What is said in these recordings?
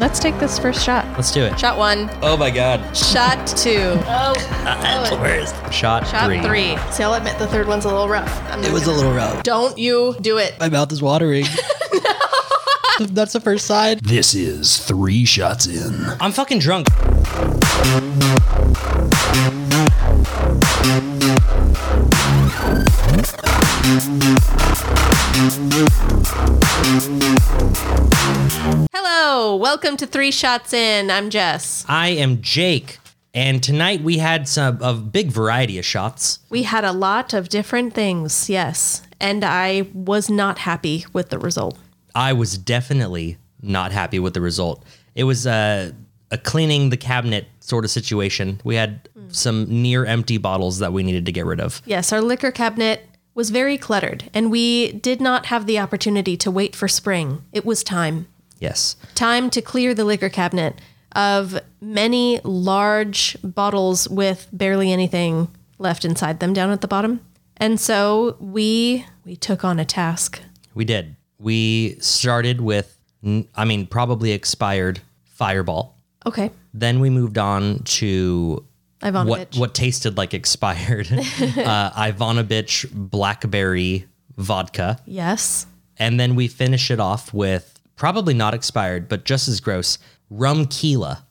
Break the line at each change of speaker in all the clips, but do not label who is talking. Let's take this first shot.
Let's do it.
Shot one,
Oh my God.
shot two,
Uh,
Oh,
the worst. Shot,
shot
three.
three.
See, I'll admit the third one's a little rough. I'm not
It was a
gonna-
little rough.
Don't you do it.
My mouth is watering. That's the first side.
This is Three Shots In.
I'm fucking drunk.
Hello, welcome to Three Shots In. I'm Jess.
I am Jake, and tonight we had some a big variety of shots.
We had a lot of different things, yes, and I was not happy with the result.
I was definitely not happy with the result. It was a, a cleaning the cabinet sort of situation. We had some near empty bottles that we needed to get rid of.
Yes, our liquor cabinet was very cluttered, and we did not have the opportunity to wait for spring. It was time.
Yes.
time to clear the liquor cabinet of many large bottles with barely anything left inside them down at the bottom. And so we we took on a task.
We did. We started with, n- I mean, probably expired Fireball.
Okay.
Then we moved on to what
Ivanovich.
what tasted like expired uh, Ivanovich blackberry vodka,
Yes.
and then we finish it off with probably not expired, but just as gross rum Kila.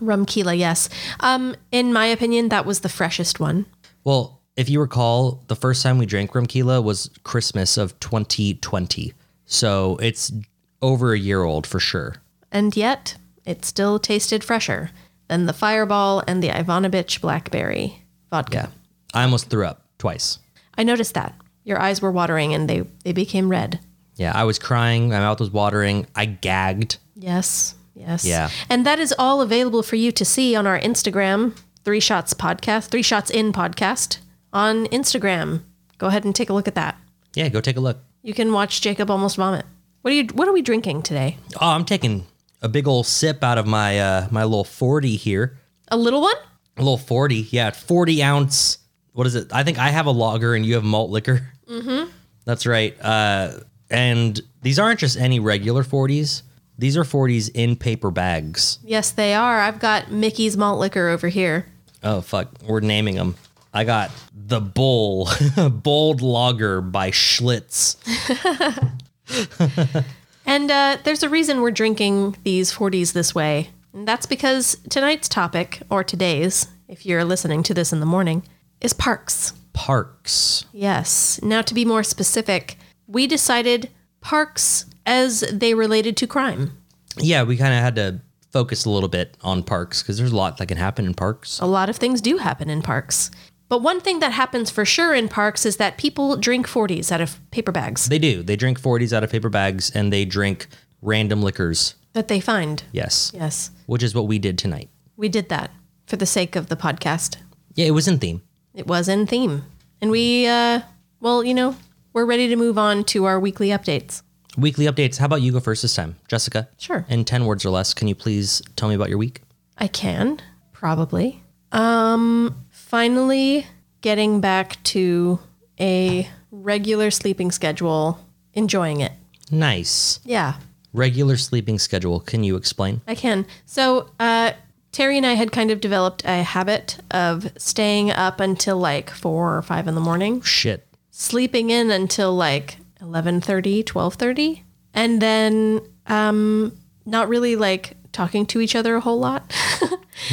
Rum Kila, yes. Um, in my opinion, that was the freshest one.
Well, if you recall, the first time we drank rum Kila was Christmas of 2020, so it's over a year old for sure.
And yet it still tasted fresher than the fireball and the Ivanovich blackberry vodka.
Yeah, I almost threw up twice.
I noticed that. Your eyes were watering and they, they became red.
Yeah, I was crying. My mouth was watering. I gagged.
Yes. Yes.
Yeah.
And that is all available for you to see on our Instagram, Three Shots Podcast, Three Shots In Podcast on Instagram. Go ahead and take a look at that.
Yeah, go take a look.
You can watch Jacob almost vomit. What are you what are we drinking today?
Oh, I'm taking a big old sip out of my uh, my little 40 here.
A little one?
A little 40, yeah, 40 ounce. What is it? I think I have a lager and you have malt liquor. Mm-hmm. That's right. Uh, and these aren't just any regular 40s. These are 40s in paper bags.
Yes, they are. I've got Mickey's malt liquor over here.
Oh fuck, we're naming them. I got the bull, bold lager by Schlitz.
And uh, there's a reason we're drinking these 40s this way. And that's because tonight's topic, or today's, if you're listening to this in the morning, is parks.
Parks.
Yes. Now, to be more specific, we decided parks as they related to crime.
Yeah, we kind of had to focus a little bit on parks because there's a lot that can happen in parks.
A lot of things do happen in parks. But one thing that happens for sure in parks is that people drink 40s out of paper bags
They do. They drink 40s out of paper bags and they drink random liquors.
that they find.
Yes.
Yes.
Which is what we did tonight.
We did that for the sake of the podcast.
Yeah, it was in theme.
It was in theme. And we, uh, well, you know, we're ready to move on to our weekly updates.
Weekly updates. How about you go first this time, Jessica?
Sure.
In 10 words or less, can you please tell me about your week?
I can, probably. Um, finally getting back to a regular sleeping schedule, enjoying it.
Nice.
Yeah,
Regular sleeping schedule. Can you explain?
I can. So, uh, Terry and I had kind of developed a habit of staying up until like four or five in the morning,
Shit.
sleeping in until like 11.30, 12.30, and then um, not really like talking to each other a whole lot.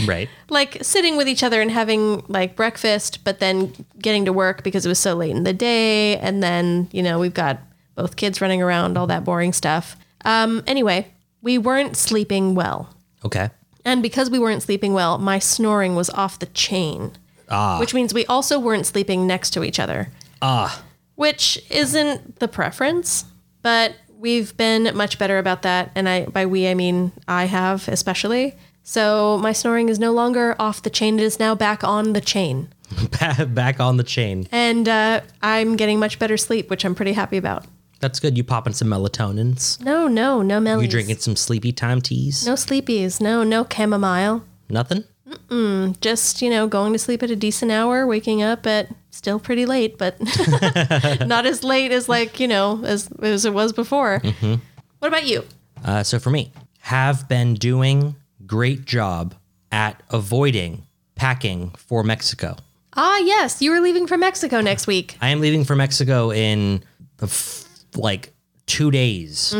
Right.
like sitting with each other and having like breakfast, but then getting to work because it was so late in the day. And then, you know, we've got both kids running around, all that boring stuff. Um, anyway, we weren't sleeping well.
Okay.
And because we weren't sleeping well, my snoring was off the chain, ah. which means we also weren't sleeping next to each other. Ah. Which isn't the preference, but we've been much better about that. And I, by we, I mean I have, especially. So my snoring is no longer off the chain. It is now back on the chain.
Back on the chain.
And uh, I'm getting much better sleep, which I'm pretty happy about.
That's good. You popping some melatonins.
No, no, no mellies.
You drinking some sleepy time teas.
No sleepies. No, no chamomile.
Nothing?
just you know going to sleep at a decent hour waking up at still pretty late but not as late as like you know as, as it was before what about you
Uh, so for me, have been doing great job at avoiding packing for Mexico.
Ah, yes, you were leaving for Mexico next week.
I am leaving for Mexico in the f- like two days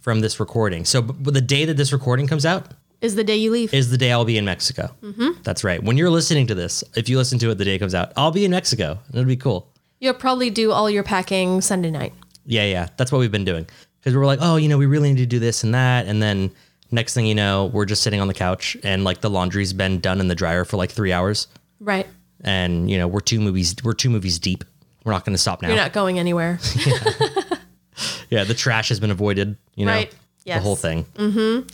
from this recording. So b- the day that this recording comes out
Is the day you leave.
is the day I'll be in Mexico. That's right. When you're listening to this, if you listen to it the day it comes out, I'll be in Mexico. It'll be cool.
You'll probably do all your packing Sunday night.
Yeah, yeah. That's what we've been doing. Because we were like, oh, you know, we really need to do this and that. And then next thing you know, we're just sitting on the couch and like the laundry's been done in the dryer for like three hours.
Right.
And, you know, we're two movies we're two movies deep. We're not gonna stop now.
You're not going anywhere.
yeah, the trash has been avoided, you know.
Right.
The whole
Yes.
thing.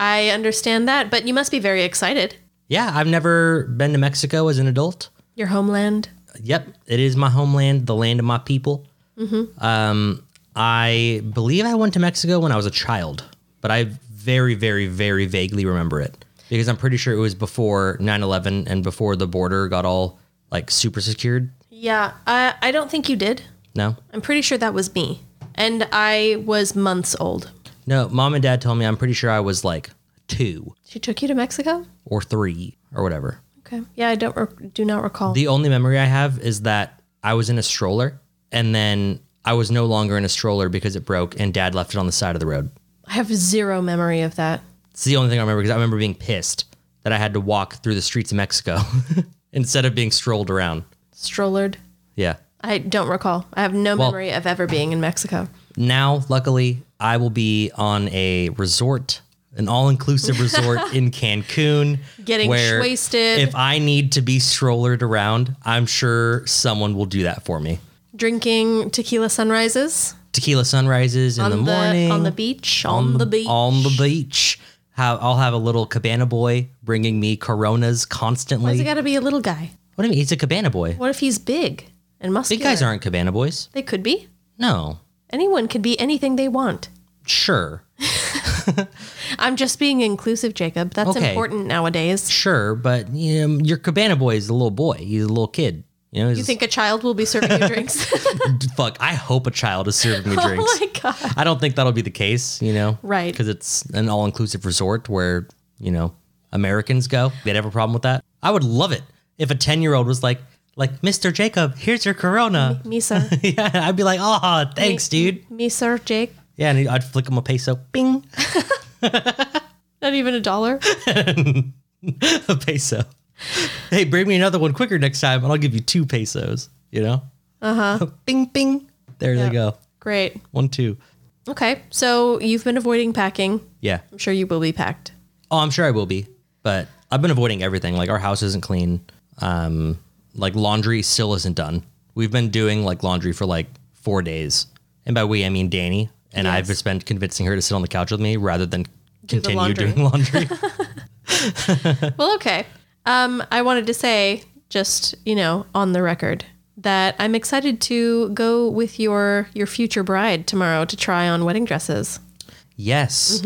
I understand that, but you must be very excited.
Yeah, I've never been to Mexico as an adult.
Your homeland.
Yep, it is my homeland, the land of my people. Um, I believe I went to Mexico when I was a child, but I very, very, very vaguely remember it because I'm pretty sure it was before 9 11 and before the border got all like super secured.
Yeah, I, I don't think you did.
No,
I'm pretty sure that was me. And I was months old.
no, mom and dad told me I'm pretty sure I was like two
She took you to Mexico?
or three or whatever.
Okay. Yeah, I don't rec- do not recall.
The only memory I have is that I was in a stroller and then I was no longer in a stroller because it broke and dad left it on the side of the road.
I have zero memory of that.
It's the only thing I remember because I remember being pissed that I had to walk through the streets of Mexico instead of being strolled around.
Strollered.
Yeah.
I don't recall. I have no memory of ever being in Mexico.
Now, luckily, I will be on a resort, an all inclusive resort in Cancun.
Getting wasted.
If I need to be strollered around, I'm sure someone will do that for me.
Drinking tequila sunrises
Tequila sunrises in
on
the
the,
morning.
on the beach. On, the beach.
On the beach. How I'll have a little cabana boy bringing me coronas
Why's
constantly.
it got to be a little guy?
what do you mean? He's a cabana boy.
What if he's big and muscular?
Big guys aren't cabana boys.
They could be.
No,
Anyone could be anything they want.
sure,
I'm just being inclusive, Jacob. That's
Okay.
important nowadays.
sure, but you know, your cabana boy is a little boy. He's a little kid. You know, he's
You think a child will be serving you drinks?
fuck. I hope a child is serving me drinks.
oh my god!
I don't think that'll be the case. You know,
Right.
Because it's an all-inclusive resort where you know Americans go. They'd have a problem with that. I would love it if a ten-year-old was like, like Mister Jacob, here's your Corona.
Me sir,
yeah, I'd be like, oh, thanks, dude.
me sir, Jake.
Yeah, and I'd flick him a peso, bing,
Not even a dollar.
a peso. Hey, bring me another one quicker next time, and I'll give you two pesos. You know. Uh huh. bing, bing. There they go.
Great.
One, two.
Okay, so you've been avoiding packing.
Yeah.
I'm sure you will be packed.
Oh, I'm sure I will be, but I've been avoiding everything. Like our house isn't clean. Um, like laundry still isn't done. We've been doing like laundry for like four days, and by we I mean Danny. And I've just been convincing her to sit on the couch with me rather than continue
laundry.
doing laundry.
Well, okay. Um, I wanted to say, just you know, on the record, that I'm excited to go with your your future bride tomorrow to try on wedding dresses.
yes.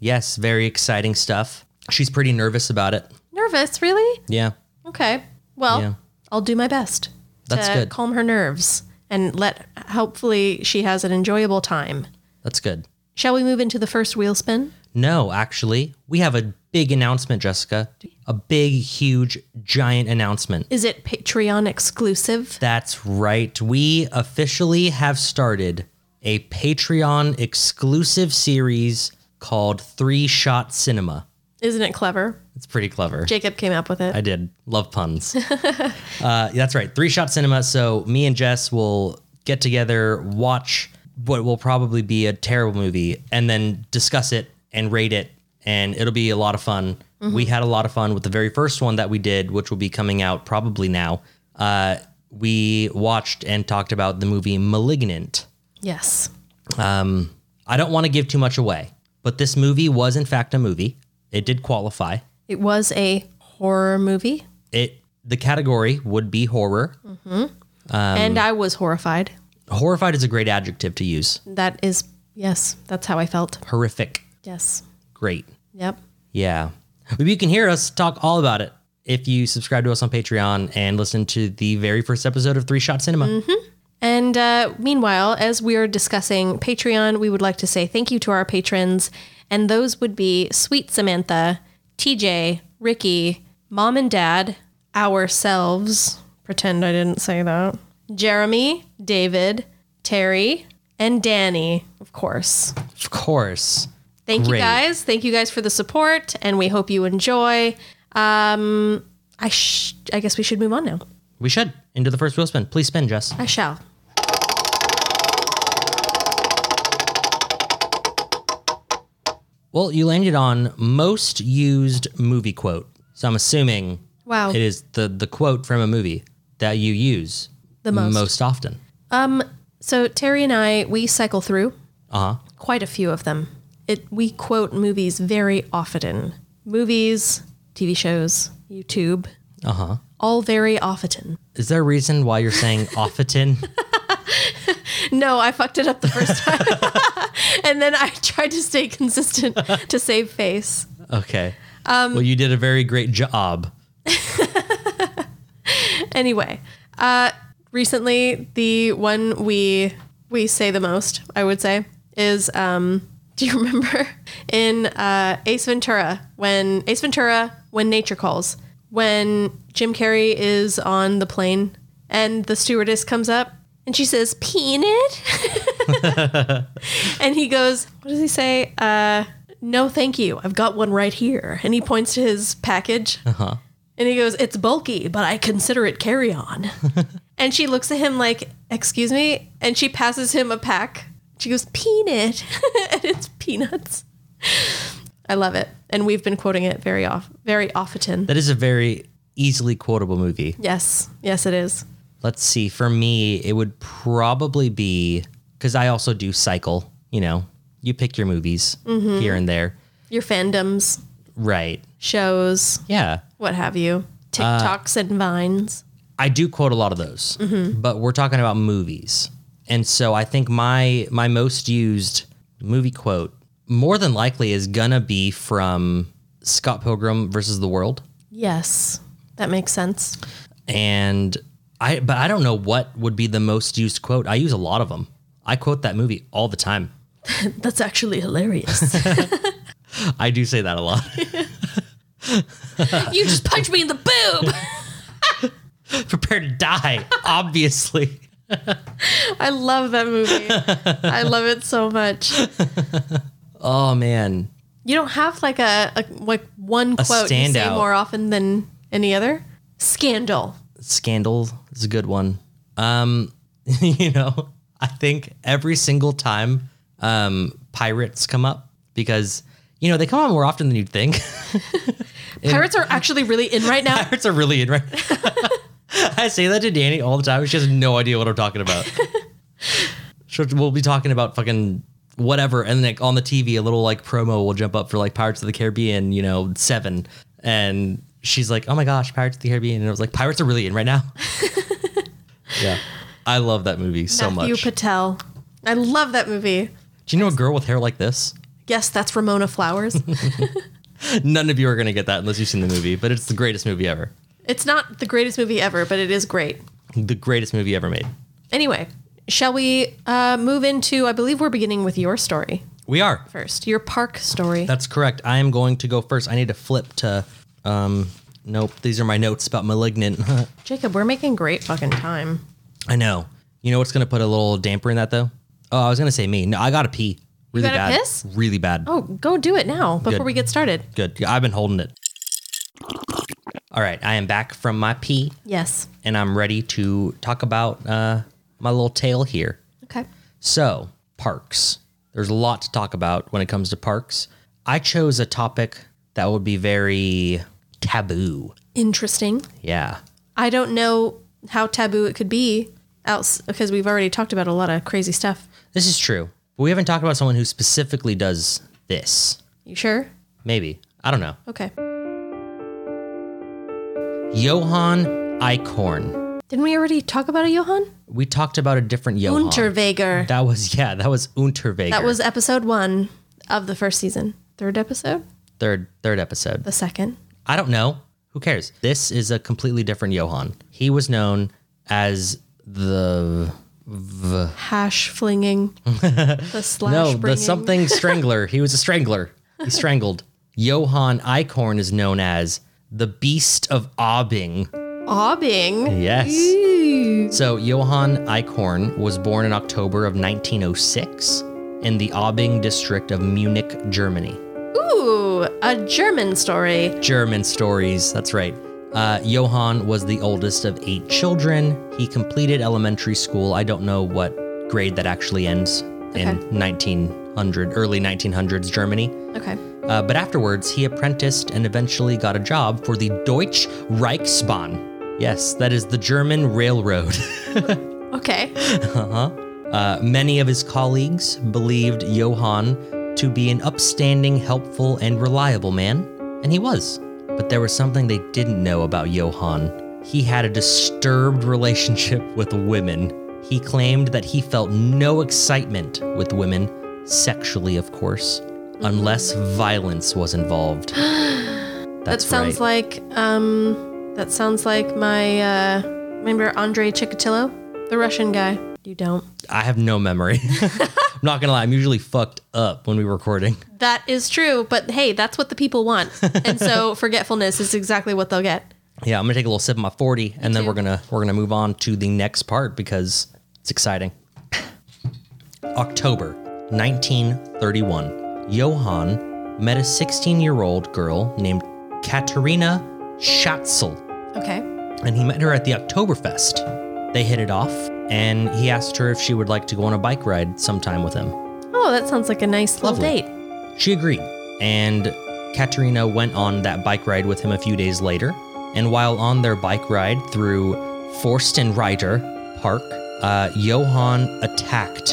Yes. Very exciting stuff. She's pretty nervous about it.
Nervous, really?
Yeah.
Okay. Well,
Yeah.
I'll do my best
That's
to
good.
calm her nerves and let hopefully she has an enjoyable time.
That's good.
Shall we move into the first wheel spin?
No, actually, we have a big announcement, Jessica. A big, huge, giant announcement.
Is it Patreon exclusive?
That's right. We officially have started a Patreon exclusive series called Three Shot Cinema.
Isn't it clever?
It's pretty clever.
Jacob came up with it.
I did. Love puns. uh, that's right. Three Shot Cinema. So me and Jess will get together, watch what will probably be a terrible movie, and then discuss it and rate it. And it'll be a lot of fun. We had a lot of fun with the very first one that we did, which will be coming out probably now. Uh, we watched and talked about the movie Malignant.
yes.
I don't want to give too much away, but this movie was, in fact, a movie. It did qualify.
It was a horror movie,
It the category would be horror.
and I was horrified.
horrified is a great adjective to use.
That is, yes, that's how I felt.
Horrific.
Yes.
Great.
Yep.
Yeah. But you can hear us talk all about it if you subscribe to us on Patreon and listen to the very first episode of Three Shot Cinema.
Mm-hmm. And uh, meanwhile, as we are discussing Patreon, we would like to say thank you to our patrons And those would be Sweet Samantha, TJ, Ricky, Mom and Dad, ourselves. Pretend I didn't say that. Jeremy, David, Terry, and Danny, of course.
Of course.
Thank
Great.
you guys. Thank you guys for the support, and we hope you enjoy. Um, I sh- I guess we should move on now.
We should. Into the first wheel spin. Please spin, Jess.
I shall.
Well, you landed on most used movie quote. So I'm assuming
Wow.
it is the, the quote from a movie that you use
The most.
often.
So Terry and I we cycle through
Uh-huh.
quite a few of them. It we quote movies very often. Movies, TV shows, YouTube. Uh-huh. All very often.
Is there a reason why you're saying often?
No, I fucked it up the first time. and then I tried to stay consistent to save face.
Okay.
Um,
well, you did a very great job.
Anyway, uh recently the one we we say the most, I would say, is um do you remember in uh Ace Ventura when Ace Ventura when nature calls when Jim Carrey is on the plane and the stewardess comes up and she says peanut and he goes what does he say uh no thank you i've got one right here and he points to his package and he goes, It's bulky, but I consider it carry on. and she looks at him like, Excuse me? And she passes him a pack. She goes, Peanut. and it's peanuts. I love it. And we've been quoting it very off very often.
That is a very easily quotable movie.
Yes. Yes, it is.
Let's see. For me, it would probably be because I also do cycle, you know, you pick your movies here and there.
Your fandoms,
Right.
shows,
Yeah.
what have you. TikToks and vines.
I do quote a lot of those, but we're talking about movies, and so I think my my most used movie quote more than likely is gonna be from Scott Pilgrim versus the World,
Yes. That makes sense.
and I but I don't know what would be the most used quote. I use a lot of them. I quote that movie all the time.
That's actually hilarious.
I do say that a lot
you just punched me in the boob.
prepare to die, obviously.
I love that movie. I love it so much.
Oh man,
You don't have like a, a like one quote you say
standout.
more often than any other. Scandal.
Scandal is a good one. Um, you know, I think every single time um, pirates come up because you know they come up more often than you'd think.
Pirates are actually really in right now.
pirates are really in right. I say that to Danny all the time. She has no idea what I'm talking about. She'll- we'll be talking about fucking whatever, and like on the TV, a little like promo will jump up for like Pirates of the Caribbean, you know, seven, and she's like, "Oh my gosh, Pirates of the Caribbean," and I was like, "Pirates are really in right now." yeah, I love that movie so
Matthew
much.
Patel. I love that movie.
Do you know a girl with hair like this?
Yes, that's Ramona Flowers.
None of you are gonna get that unless you've seen the movie, but it's the greatest movie ever.
it's not the greatest movie ever, but it is great.
The greatest movie ever made.
Anyway, shall we uh, move into? I believe we're beginning with your story
We are.
first. Your park story.
That's correct. I am going to go first. I need to flip to. Um, nope. These are my notes about malignant.
Jacob, we're making great fucking time.
I know. You know what's going to put a little damper in that though? Oh, I was going to say me. No, I got to pee. Really
gotta
bad.
piss?
Really bad.
Oh, go do it now before
Good.
we get started.
Good. I've been holding it. All right. I am back from my pee
Yes.
and I'm ready to talk about uh, my little tale here.
Okay.
So, parks. There's a lot to talk about when it comes to parks. I chose a topic that would be very taboo.
Interesting.
Yeah.
I don't know how taboo it could be else because we've already talked about a lot of crazy stuff.
This is true. But we haven't talked about someone who specifically does this.
You sure?
Maybe. I don't know.
Okay.
Johann Eichhorn.
Didn't we already talk about it, Johan?
We talked about a different Johann.
Unterweger.
That was, yeah, that was Unterweger.
That was episode one of the first season. Third episode?
third third episode.
The second.
I don't know. Who cares? This is a completely different Johann. He was known as the
Hash flinging. the slash
no, the
bringing.
something strangler. He was a strangler. He's strangled. Johann Eichhorn is known as the Beast of Aubing.
Aubing.
Yes. So Johann Eichhorn was born in October of 1906 in the Aubing district of Munich, Germany.
Ooh, a German story.
German stories. That's right. Uh, Johann was the oldest of eight children. He completed elementary school. I don't know what grade that actually ends in 1900, early 1900s Germany.
Okay.
Uh, but afterwards, he apprenticed and eventually got a job for the Deutsche Reichsbahn. Yes, that is the German railroad.
Okay.
Uh, many of his colleagues believed Johann to be an upstanding, helpful, and reliable man, and he was. But there was something they didn't know about Johann. He had a disturbed relationship with women. He claimed that he felt no excitement with women, sexually, of course,
Mm-hmm.
unless violence was involved.
That
That's
sounds
right.
like um that sounds like my uh remember Andre Chikatilo? The Russian guy. You don't.
I have no memory. I'm not gonna lie, I'm usually fucked up when we're recording.
That is true, but hey, that's what the people want. And so forgetfulness is exactly what they'll get.
Yeah, I'm gonna take a little sip of my 40, and then we're gonna we're gonna move on to the next part because it's exciting. October 1931, Johann met a 16-year-old girl named Katerina Schatzel,
Okay.
and he met her at the Oktoberfest. They hit it off, and he asked her if she would like to go on a bike ride sometime with him.
Oh, that sounds like a nice little
Lovely.
date.
She agreed, and Katerina went on that bike ride with him a few days later. And while on their bike ride through Forstenreiter Park, uh, Johann attacked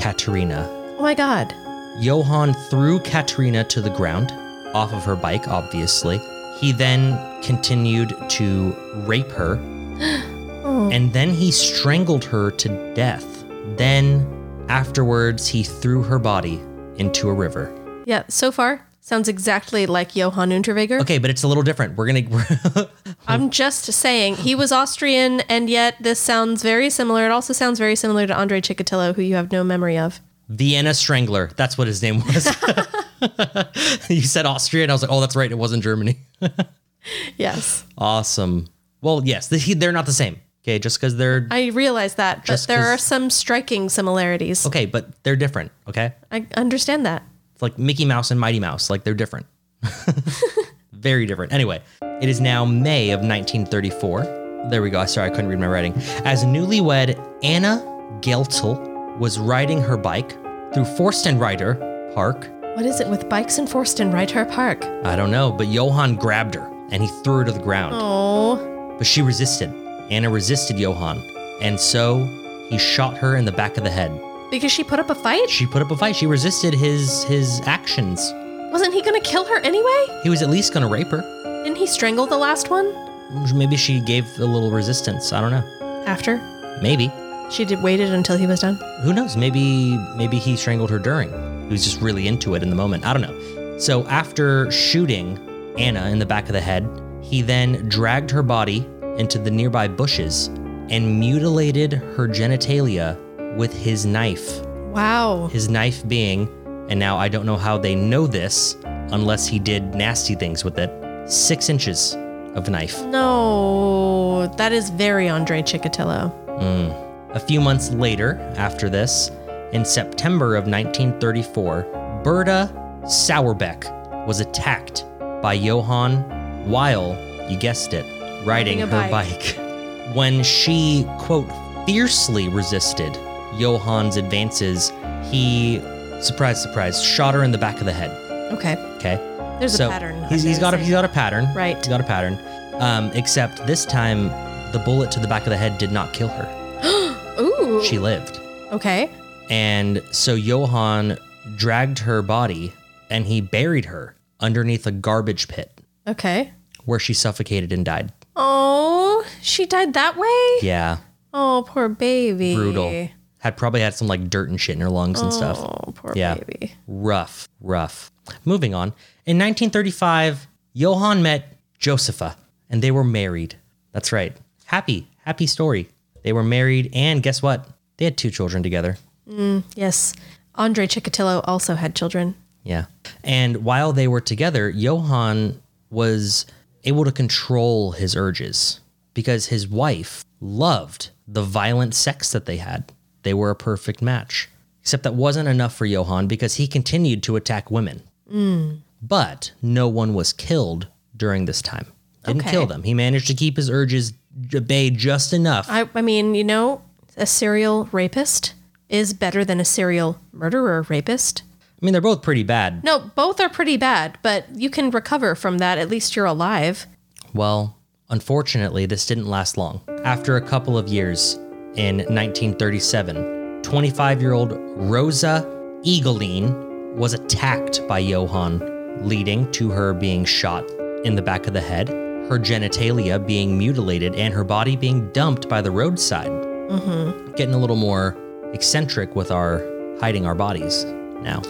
Katerina.
Oh my god.
Johann threw Katerina to the ground, off of her bike, obviously. He then continued to rape her, and then he strangled her to death. Then, afterwards, he threw her body into a river.
Yeah, so far sounds exactly like Johann Unterweger.
Okay, but it's a little different. We're gonna.
I'm just saying he was Austrian, and yet this sounds very similar. It also sounds very similar to Andre Chikatilo, who you have no memory of.
Vienna Strangler. That's what his name was. you said Austria, and I was like, oh, that's right. It wasn't Germany.
Yes,
Awesome. Well, yes, the, he- they're not the same. Okay, just because they're
I realize that, but
Just
there
'cause-
are some striking similarities.
okay, but they're different. Okay,
I understand that.
it's like Mickey Mouse and Mighty Mouse. Like they're different. Very different. Anyway, it is now May of 1934. There we go. Sorry, I couldn't read my writing. As newlywed Anna Geltel was riding her bike through Forstenreiter Park
What is it with bikes in Forston Reiter Park?
I don't know, but Johann grabbed her and he threw her to the ground.
Oh,
But she resisted. Anna resisted Johann. And so he shot her in the back of the head.
because she put up a fight.
She put up a fight. She resisted his his actions.
Wasn't he going to kill her anyway?
He was at least gonna rape her.
Didn't he strangle the last one?
Maybe she gave a little resistance. I don't know.
After
Maybe.
she did, waited until he was done.
Who knows? Maybe maybe he strangled her during. He was just really into it in the moment. I don't know. So after shooting Anna in the back of the head, he then dragged her body into the nearby bushes and mutilated her genitalia with his knife.
Wow.
His knife being, and now I don't know how they know this unless he did nasty things with it, six inches of knife.
No, that is very Andre Chikatilo.
A few months later, after this, in September of 1934, Berta Sauerbeck was attacked by Johann while, you guessed it, riding
Riding a
her bike.
bike.
When she, quote, fiercely resisted Johann's advances, he, surprise, surprise, shot her in the back of the head.
Okay,
Okay?
there's
so
a pattern.
He's,
I'm
he's got a
noticing.
he's got a pattern.
Right.
He's got a pattern. Um, except this time, the bullet to the back of the head did not kill her.
Ooh.
She lived.
okay.
And so Johann dragged her body and he buried her underneath a garbage pit
Okay.
where she suffocated and died.
Oh, she died that way?
Yeah,
Oh, poor baby.
brutal. Had probably had some like dirt and shit in her lungs and stuff.
Oh, poor
Yeah.
baby.
Rough, rough. Moving on. In 1935, Johann met Josepha and they were married. That's right. Happy, happy story. They were married and guess what? They had two children together.
Yes. Andre Chikatilo also had children.
Yeah. And while they were together, Johann was able to control his urges because his wife loved the violent sex that they had. They were a perfect match. Except that wasn't enough for Johann because he continued to attack women.
Mm.
But no one was killed during this time. Didn't
Okay.
kill them. He managed to keep his urges at bay just enough.
I, I mean, you know, a serial rapist is better than a serial murderer rapist.
I mean, they're both pretty bad,
No, both are pretty bad, but you can recover from that. At least you're alive.
Well, unfortunately, this didn't last long. After a couple of years, in 1937, 25 year old Rosa Eagleline was attacked by Johann, leading to her being shot in the back of the head, her genitalia being mutilated, and her body being dumped by the roadside. Mm-hmm. Getting a little more eccentric with our hiding our bodies now.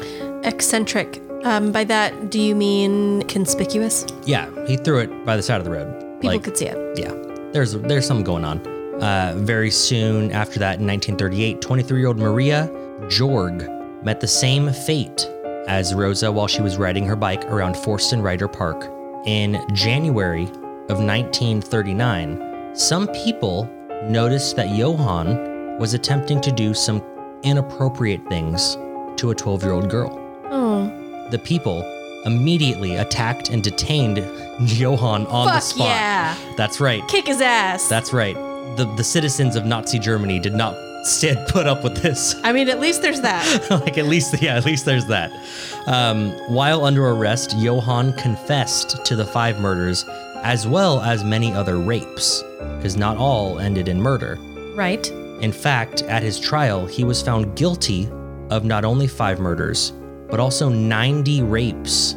Eccentric. Um, by that, do you mean conspicuous?
Yeah, he threw it by the side of the road.
People could see it.
yeah, there's there's something going on. Uh, very soon after that, in 1938, 23-year-old Maria Jorg met the same fate as Rosa while she was riding her bike around Forston Rider Park in January of 1939. Some people noticed that Johann was attempting to do some inappropriate things to a 12-year-old girl
Oh.
the people immediately attacked and detained Johann on the
Fuck
spot.
yeah.
That's right.
Kick his ass.
That's right. The the citizens of Nazi Germany did not stand put up with this.
I mean, at least there's that.
like at least yeah, at least there's that. Um, while under arrest, Johann confessed to the five murders as well as many other rapes because not all ended in murder.
right?
In fact, at his trial, he was found guilty of not only five murders, but also 90 rapes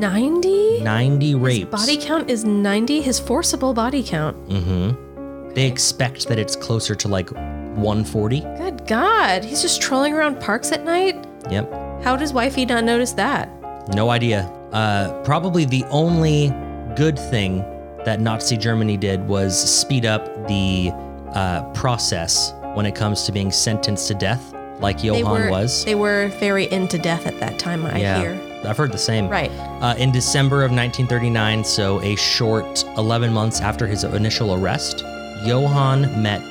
90?
90 rapes.
Body count is 90, his forcible body count.
Mm-hmm. They expect that it's closer to like 140.
Good God. He's just trolling around parks at night?
Yep.
How does wifey not notice that?
No idea. Uh, probably the only good thing that Nazi Germany did was speed up the uh, process when it comes to being sentenced to death, like Johann
were
was.
they were very into death at that time, I
yeah,
hear.
I've heard the same.
Right.
Uh, in December of 1939, so a short 11 months after his initial arrest, Johann met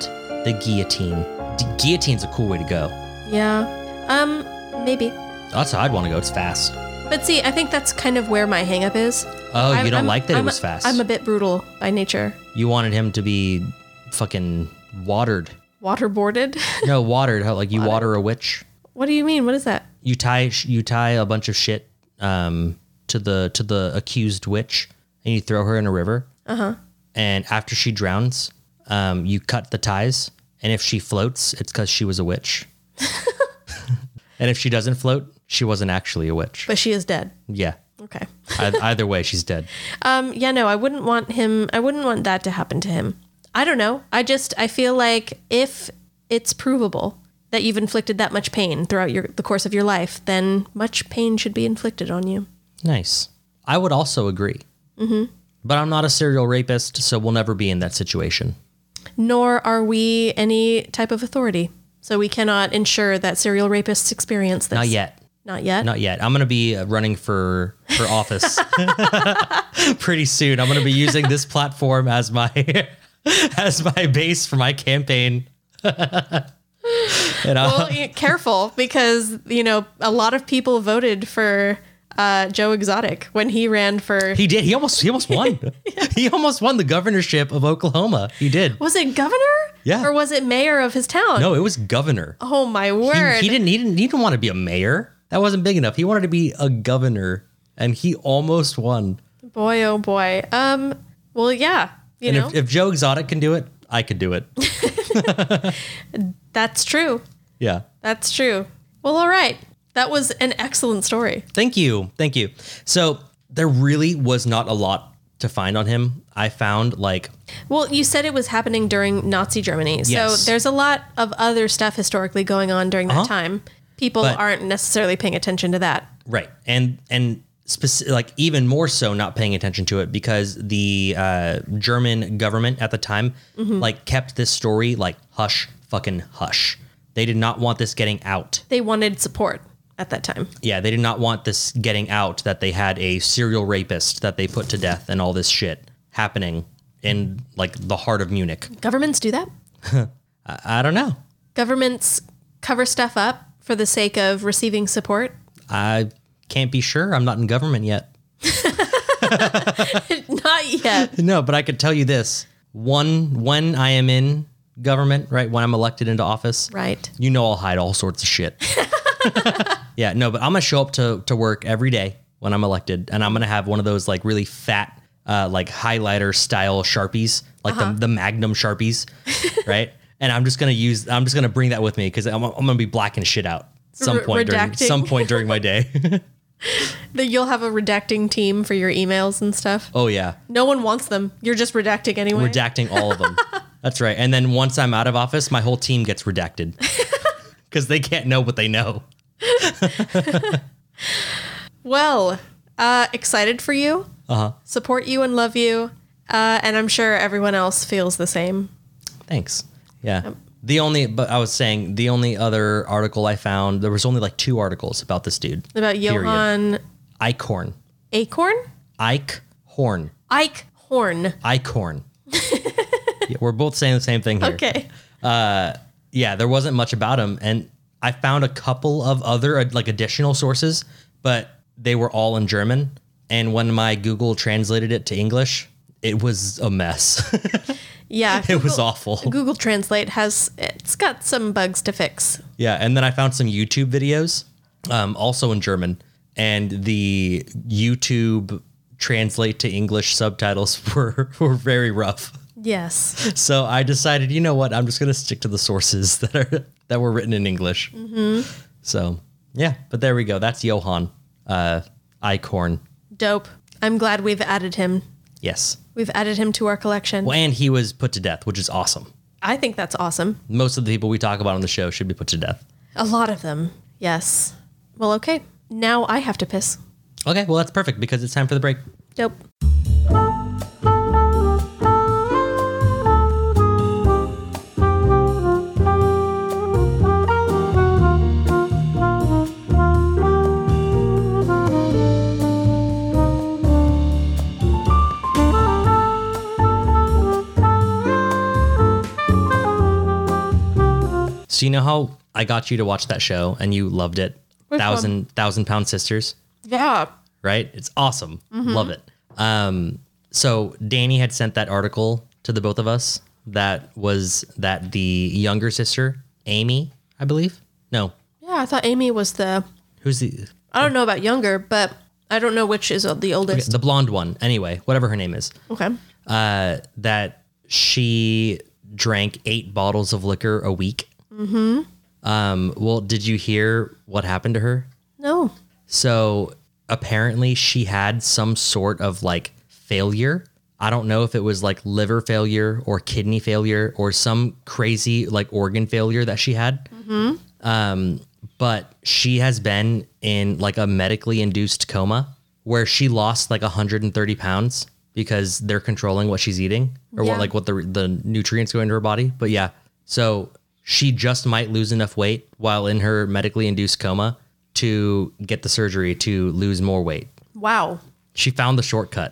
the guillotine. D- guillotine's a cool way to go.
Yeah. Um, maybe.
That's how I'd want to go. It's fast.
But see, I think that's kind of where my hangup is.
Oh,
I'm-
you don't
I'm-
like that
I'm
it
a-
was fast.
I'm a bit brutal by nature.
you wanted him to be fucking watered.
Waterboarded?
No, watered. How like you water a witch?
what do you mean? What is that?
You tie sh- you tie a bunch of shit um, to the to the accused witch, and you throw her in a river. Uh huh. And after she drowns, um, you cut the ties, and if she floats, it's because she was a witch. and if she doesn't float, she wasn't actually a witch.
But she is dead.
yeah.
Okay.
Ei- Either way, she's dead.
Um, yeah, no, I wouldn't want him. I wouldn't want that to happen to him. I don't know. I just I feel like if it's provable that you've inflicted that much pain throughout your the course of your life, then much pain should be inflicted on you.
Nice. I would also agree. Mm-hmm. But I'm not a serial rapist, so we'll never be in that situation.
Nor are we any type of authority, so we cannot ensure that serial rapists experience this.
Not yet.
Not yet.
Not yet. I'm going to be uh, running for for office pretty soon. I'm going to be using this platform as my as my base for my campaign. and I'll,
well, yeah, careful because you know a lot of people voted for uh, Joe Exotic when he ran for.
he did. He almost he almost won. He almost won the governorship of Oklahoma. He did.
was it governor?
Yeah.
Or was it mayor of his town?
No, it was governor.
Oh my
He-
word!
He, didn't, he didn't. He didn't want to be a mayor. That wasn't big enough. He wanted to be a governor, and he almost won.
Boy, oh boy. Um. Well, yeah. You
And
know
if, if Joe Exotic can do it, I could do it.
that's true.
Yeah.
That's true. Well, all right. That was an excellent story.
Thank you. Thank you. So there really was not a lot to find on him. I found like
Well, you said it was happening during Nazi Germany, so
Yes. Uh-huh.
there's a lot of other stuff historically going on during that time. People
But-
aren't necessarily paying attention to that.
right and and speci- like even more so not paying attention to it because the uh, German government at the time
Mm-hmm.
like kept this story like hush fucking hush. They did not want this getting out.
They wanted support. at that time.
Yeah, they did not want this getting out that they had a serial rapist that they put to death and all this shit happening in like the heart of Munich.
Governments do that.
I don't know.
Governments cover stuff up for the sake of receiving support.
I can't be sure. I'm not in government yet.
Not yet.
No, but I could tell you this. One when I am in government, right? When I'm elected into office,
right.
you know I'll hide all sorts of shit. yeah, no, but I'm gonna show up to to work every day when I'm elected, and I'm gonna have one of those like really fat, uh, like highlighter style sharpies, like
Uh-huh.
the, the Magnum sharpies, right? And I'm just gonna use, I'm just gonna bring that with me because I'm, I'm gonna be blacking shit out some
R-
point during
redacting.
some point during my day.
That you'll have a redacting team for your emails and stuff.
oh yeah,
No one wants them. You're just redacting anyway.
redacting all of them. That's right. And then once I'm out of office, my whole team gets redacted because they can't know what they know.
well, uh, excited for you. Uh-huh. Support you and love you. Uh, and I'm sure everyone else feels the same.
Thanks. Yeah. the only, but I was saying the only other article I found, there was only like two articles about this dude.
About
Period.
Johann
Ike Horn.
Acorn?
Ike Horn.
Ike Horn.
Ike Horn. yeah, we're both saying the same thing here.
Okay.
yeah, there wasn't much about him, and I found a couple of other uh, like additional sources, but they were all in German. And when my Google translated it to English, it was a mess.
Yeah.
it was awful.
Google Translate has it's got some bugs to fix.
Yeah, and then I found some YouTube videos, um, also in German, and the YouTube translate to English subtitles were were very rough.
Yes.
So I decided, you know what, I'm just gonna stick to the sources that are that were written in English. So yeah, but there we go. That's Johann uh, Icorn.
Dope. I'm glad we've added him.
Yes,
We've added him to our collection.
and he was put to death, which is awesome.
I think that's awesome.
Most of the people we talk about on the show should be put to death.
A lot of them. Yes. Well, okay. Now I have to piss.
Okay, well that's perfect because it's time for the break.
Dope.
So you know how I got you to watch that show and you loved it? thousand thousand pound sisters,
Yeah.
right? It's awesome. Love it. Um so Danny had sent that article to the both of us that was that the younger sister, Amy, I believe. No.
Yeah, I thought Amy was the
Who's the
I don't know about younger, but I don't know which is the oldest.
the blonde one? Anyway, whatever her name is.
Okay.
Uh that she drank 8 bottles of liquor a week. Mhm. Um well, did you hear what happened to her?
No.
So apparently she had some sort of like failure. I don't know if it was like liver failure or kidney failure or some crazy like organ failure that she had. Um, but she has been in like a medically induced coma where she lost like 130 pounds because they're controlling what she's eating or what
Yeah.
like what the the nutrients go into her body. But yeah, so she just might lose enough weight while in her medically induced coma to get the surgery to lose more weight.
Wow.
She found the shortcut,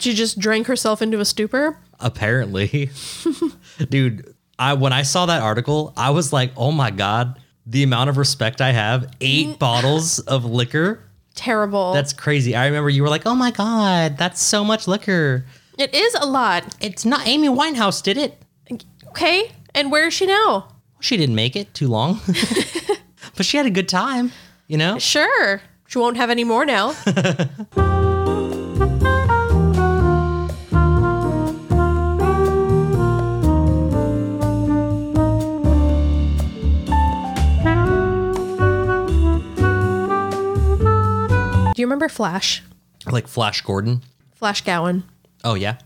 She just drank herself into a stupor.
apparently. Dude, I when I saw that article, I was like, "Oh my god, the amount of respect I have. 8 bottles of liquor.
Terrible.
That's crazy." I remember you were like, "Oh my god, that's so much liquor."
it is a lot.
It's not Amy Winehouse did it.
Okay. And where is she now?
She didn't make it too long. but she had a good time, you know?
Sure. She won't have any more now. Do you remember Flash?
Like Flash Gordon.
Flash Gowan.
Oh yeah.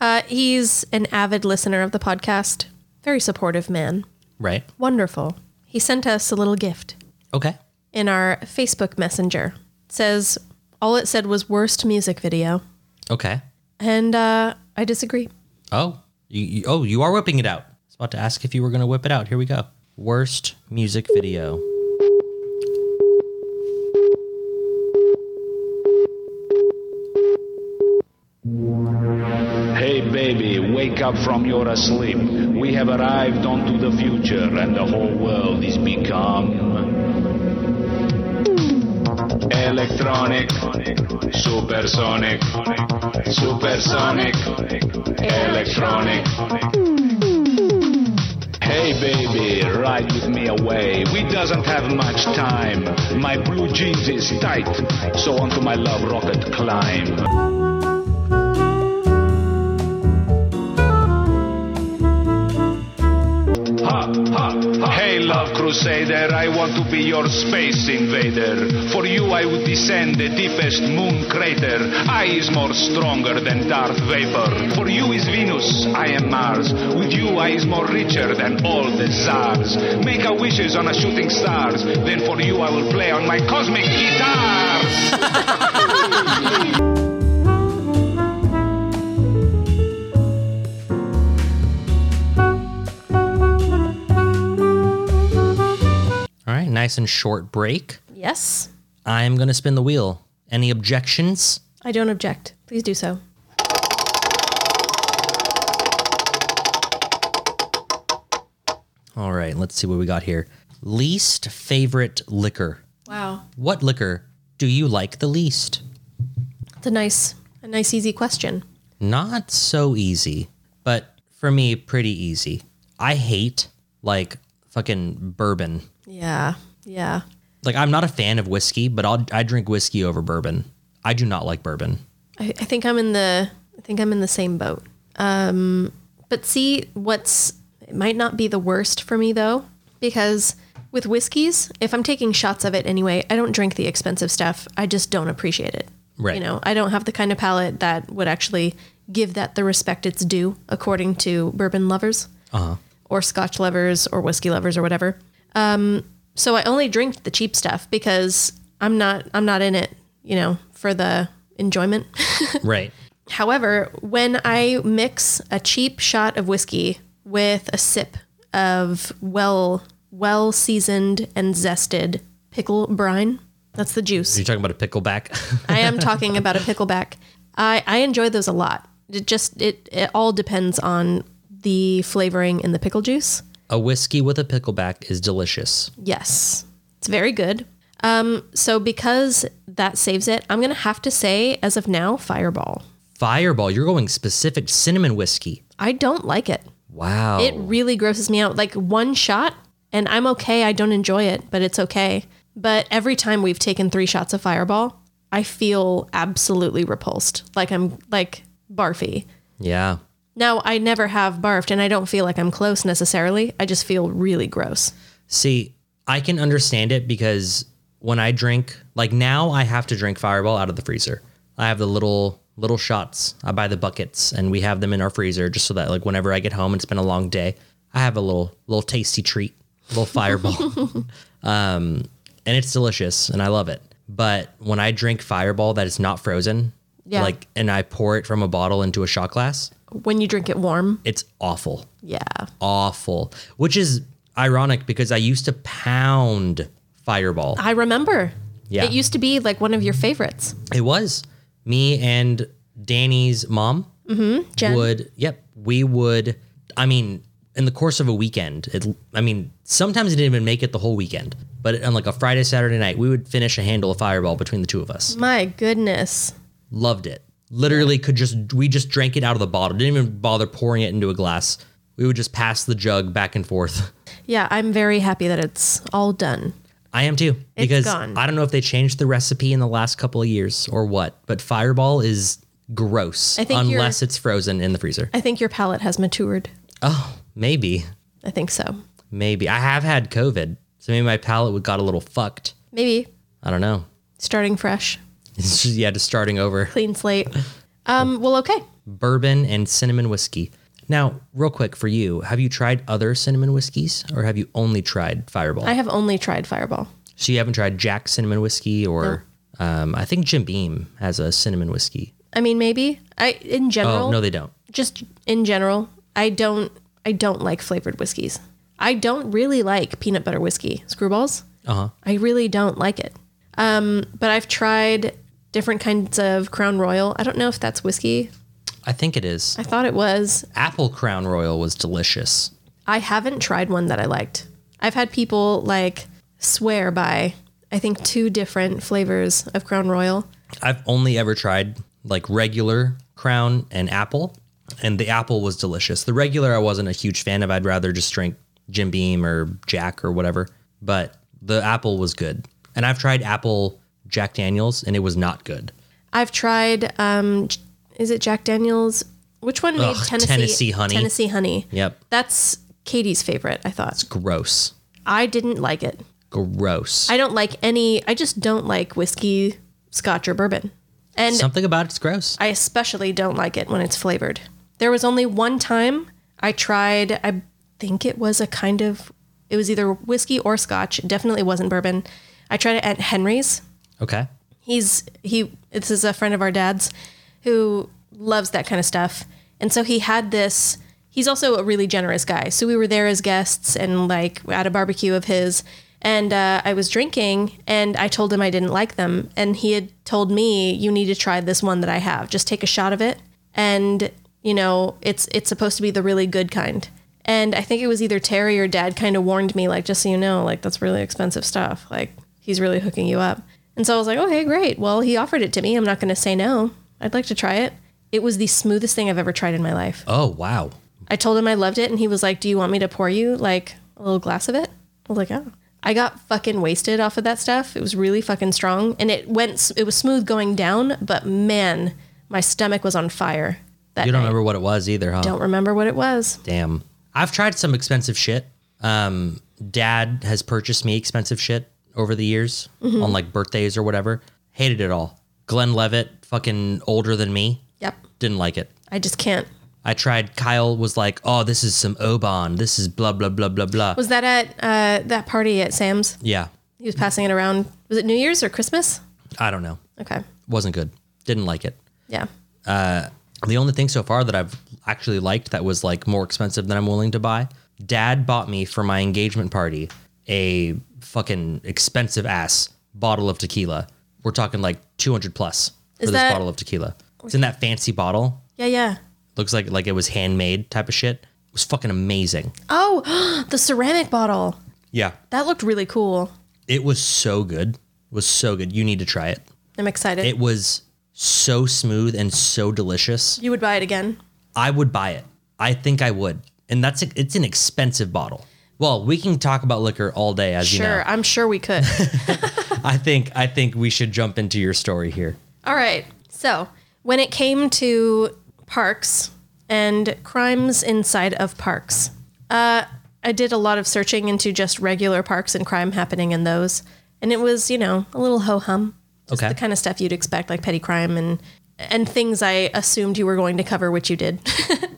Uh, he's an avid listener of the podcast, very supportive man.
Right.
Wonderful. He sent us a little gift.
Okay.
in our Facebook Messenger. It says all it said was worst music video,
Okay.
and uh, I disagree.
Oh, you, you, oh, you are whipping it out. I was about to ask if you were going to whip it out. Here we go. Worst music video.
baby, wake up from your sleep. We have arrived onto the future, and the whole world is become electronic, supersonic, supersonic, electronic. Hey baby, ride with me away. We doesn't have much time. My blue jeans is tight, so onto my love rocket climb. Ha, ha, ha. Hey, love crusader, I want to be your space invader. For you, I would descend the deepest moon crater. I is more stronger than Darth Vapor. For you is Venus, I am Mars. With you, I is more richer than all the czars. Make a wishes on a shooting stars. Then for you, I will play on my cosmic guitars.
All right, nice and short break.
Yes.
I'm going to spin the wheel. Any objections?
I don't object. Please do so.
All right, let's see what we got here. Least favorite liquor.
Wow.
What liquor do you like the least?
It's a nice, a nice, easy question.
Not so easy, but for me, pretty easy. I hate like fucking bourbon.
Yeah. Yeah.
Like, I'm not a fan of whiskey, but I'll, I drink whiskey over bourbon. I do not like bourbon.
I, I think I'm in the I think I'm in the same boat. Um, but see, what's it might not be the worst for me though, because with whiskeys, if I'm taking shots of it anyway, I don't drink the expensive stuff. I just don't appreciate it.
Right.
You know, I don't have the kind of palate that would actually give that the respect it's due, according to bourbon lovers, or Scotch lovers, or whiskey lovers, or whatever. Um, so I only drink the cheap stuff because I'm not I'm not in it. You know, for the enjoyment.
Right.
However, when I mix a cheap shot of whiskey with a sip of well well seasoned and zested pickle brine, that's the juice.
You're talking about a pickleback?
I am talking about a pickleback. I, I enjoy those a lot. It just it, it all depends on the flavoring in the pickle juice.
a whiskey with a pickleback is delicious.
Yes. It's very good. Um, so because that saves it, I'm gonna have to say as of now, fireball.
Fireball, you're going specific cinnamon whiskey.
I don't like it.
Wow.
It really grosses me out. Like one shot, and I'm okay. I don't enjoy it, but it's okay. But every time we've taken three shots of Fireball, I feel absolutely repulsed. Like I'm like barfy.
yeah.
Now I never have barfed, and I don't feel like I'm close necessarily. I just feel really gross.
See, I can understand it because when I drink, like now I have to drink Fireball out of the freezer. I have the little little shots. I buy the buckets and we have them in our freezer just so that like whenever I get home and it's been a long day, I have a little little tasty treat, a little Fireball. um and it's delicious and I love it. But when I drink Fireball that is not frozen,
Yeah.
like and I pour it from a bottle into a shot glass,
When you drink it warm,
it's awful
yeah,
awful, which is ironic because I used to pound Fireball.
I remember.
Yeah.
It used to be like one of your favorites.
It was me and Danny's mom
Jen.
would, yep, we would, I mean, in the course of a weekend, it, I mean, sometimes it didn't even make it the whole weekend, but on like a Friday, Saturday night, we would finish a handle of Fireball between the two of us.
My goodness.
Loved it. Literally could just, we just drank it out of the bottle. Didn't even bother pouring it into a glass. We would just pass the jug back and forth.
Yeah, I'm very happy that it's all done.
I am too because
gone.
I don't know if they changed the recipe in the last couple of years or what, but Fireball is gross
I think you're-
unless it's frozen in the freezer. Oh,
I think your palate has matured.
Maybe,
I think so.
maybe I have had COVID, so maybe my palate would got a little fucked.
Maybe
I don't know.
starting fresh,
It's just, yeah, just starting over.
clean slate. Um, well, okay.
Bourbon and cinnamon whiskey. Now, real quick for you, have you tried other cinnamon whiskeys or have you only tried Fireball?
I have only tried Fireball.
so you haven't tried Jack cinnamon whiskey or um, I think Jim Beam has a cinnamon whiskey.
I mean, maybe I in general,
Oh no, they don't.
just in general, I don't, I don't like flavored whiskeys. I don't really like peanut butter whiskey, screwballs. Uh-huh. I really don't like it. Um, but I've tried different kinds of Crown Royal. I don't know if that's whiskey.
I think it is.
I thought it was.
Apple Crown Royal was delicious.
I haven't tried one that I liked. I've had people like swear by, I think, two different flavors of Crown Royal.
I've only ever tried like regular Crown and apple, and the apple was delicious. The regular I wasn't a huge fan of. I'd rather just drink Jim Beam or Jack or whatever, but the apple was good. And I've tried apple Jack Daniels and it was not good.
I've tried, um, J- is it Jack Daniels? Which one made
Ugh,
Tennessee,
Tennessee honey.
Tennessee honey.
Yep.
That's Katie's favorite, I thought.
Gross.
I didn't like it.
Gross.
I don't like any, I just don't like whiskey, scotch, or bourbon. And
Something about it's gross.
I especially don't like it when it's flavored. There was only one time I tried, I think it was a kind of, it was either whiskey or scotch. It definitely wasn't bourbon. I tried it at Henry's.
Okay.
He's, he, this is a friend of our dad's who loves that kind of stuff. And so he had this, he's also a really generous guy. So we were there as guests and like at a barbecue of his. And uh, I was drinking and I told him I didn't like them. And he had told me, you need to try this one that I have. Just take a shot of it. And, you know, it's it's supposed to be the really good kind. And I think it was either Terry or dad kind of warned me, like, just so you know, like, that's really expensive stuff. Like, he's really hooking you up. And so I was like, okay, great. Well, he offered it to me. I'm not going to say no. I'd like to try it. It was the smoothest thing I've ever tried in my life.
Oh, wow.
I told him I loved it, and he was like, "Do you want me to pour you like a little glass of it?" I was like, "Oh." I got fucking wasted off of that stuff. It was really fucking strong, and it went. s- It was smooth going down, but man, my stomach was on fire. That
You don't
night.
remember what it was either, huh?
Don't remember what it was.
Damn. I've tried some expensive shit. Um, dad has purchased me expensive shit over the years on like birthdays or whatever. Hated it all. Glenn Levitt, fucking older than me.
Yep,
Didn't like it.
I just can't.
I tried. Kyle was like, "Oh, this is some Oban. This is blah blah blah blah blah."
Was that at uh, that party at Sam's?
yeah,
He was passing it around. Was it New Year's or Christmas?
I don't know.
Okay,
Wasn't good. Didn't like it.
yeah.
The only thing so far that I've actually liked that was like more expensive than I'm willing to buy. Dad bought me for my engagement party a fucking expensive ass bottle of tequila. We're talking like 200 plus for
Is
this
that-
bottle of tequila. It's in that fancy bottle.
Yeah, yeah.
Looks like like it was handmade type of shit. It was fucking amazing.
Oh, the ceramic bottle.
Yeah.
That looked really cool.
It was so good. It was so good. You need to try it.
I'm excited.
It was so smooth and so delicious.
you would buy it again.
I would buy it. I think I would. And that's it's an expensive bottle. Well, we can talk about liquor all day, as you
Sure,
know.
I'm sure we could.
I think I think we should jump into your story here.
All right. So when it came to parks and crimes inside of parks, uh, I did a lot of searching into just regular parks and crime happening in those. And it was, you know, a little ho hum. Just
Okay.
the kind of stuff you'd expect, like petty crime and and things I assumed you were going to cover, which you did.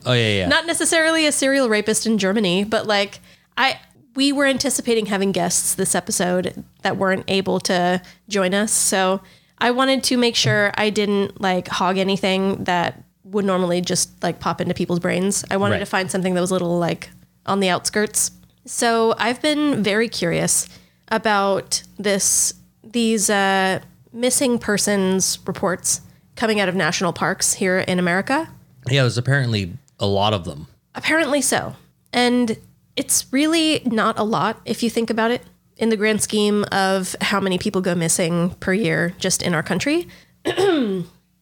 Oh yeah, yeah.
Not necessarily a serial rapist in Germany, but like I we were anticipating having guests this episode that weren't able to join us. So I wanted to make sure I didn't like hog anything that would normally just like pop into people's brains. I wanted
Right.
to find something that was a little like on the outskirts. So I've been very curious about this these uh, missing persons reports coming out of national parks here in America.
yeah, there's apparently a lot of them.
Apparently so. And it's really not a lot if you think about it in the grand scheme of how many people go missing per year just in our country.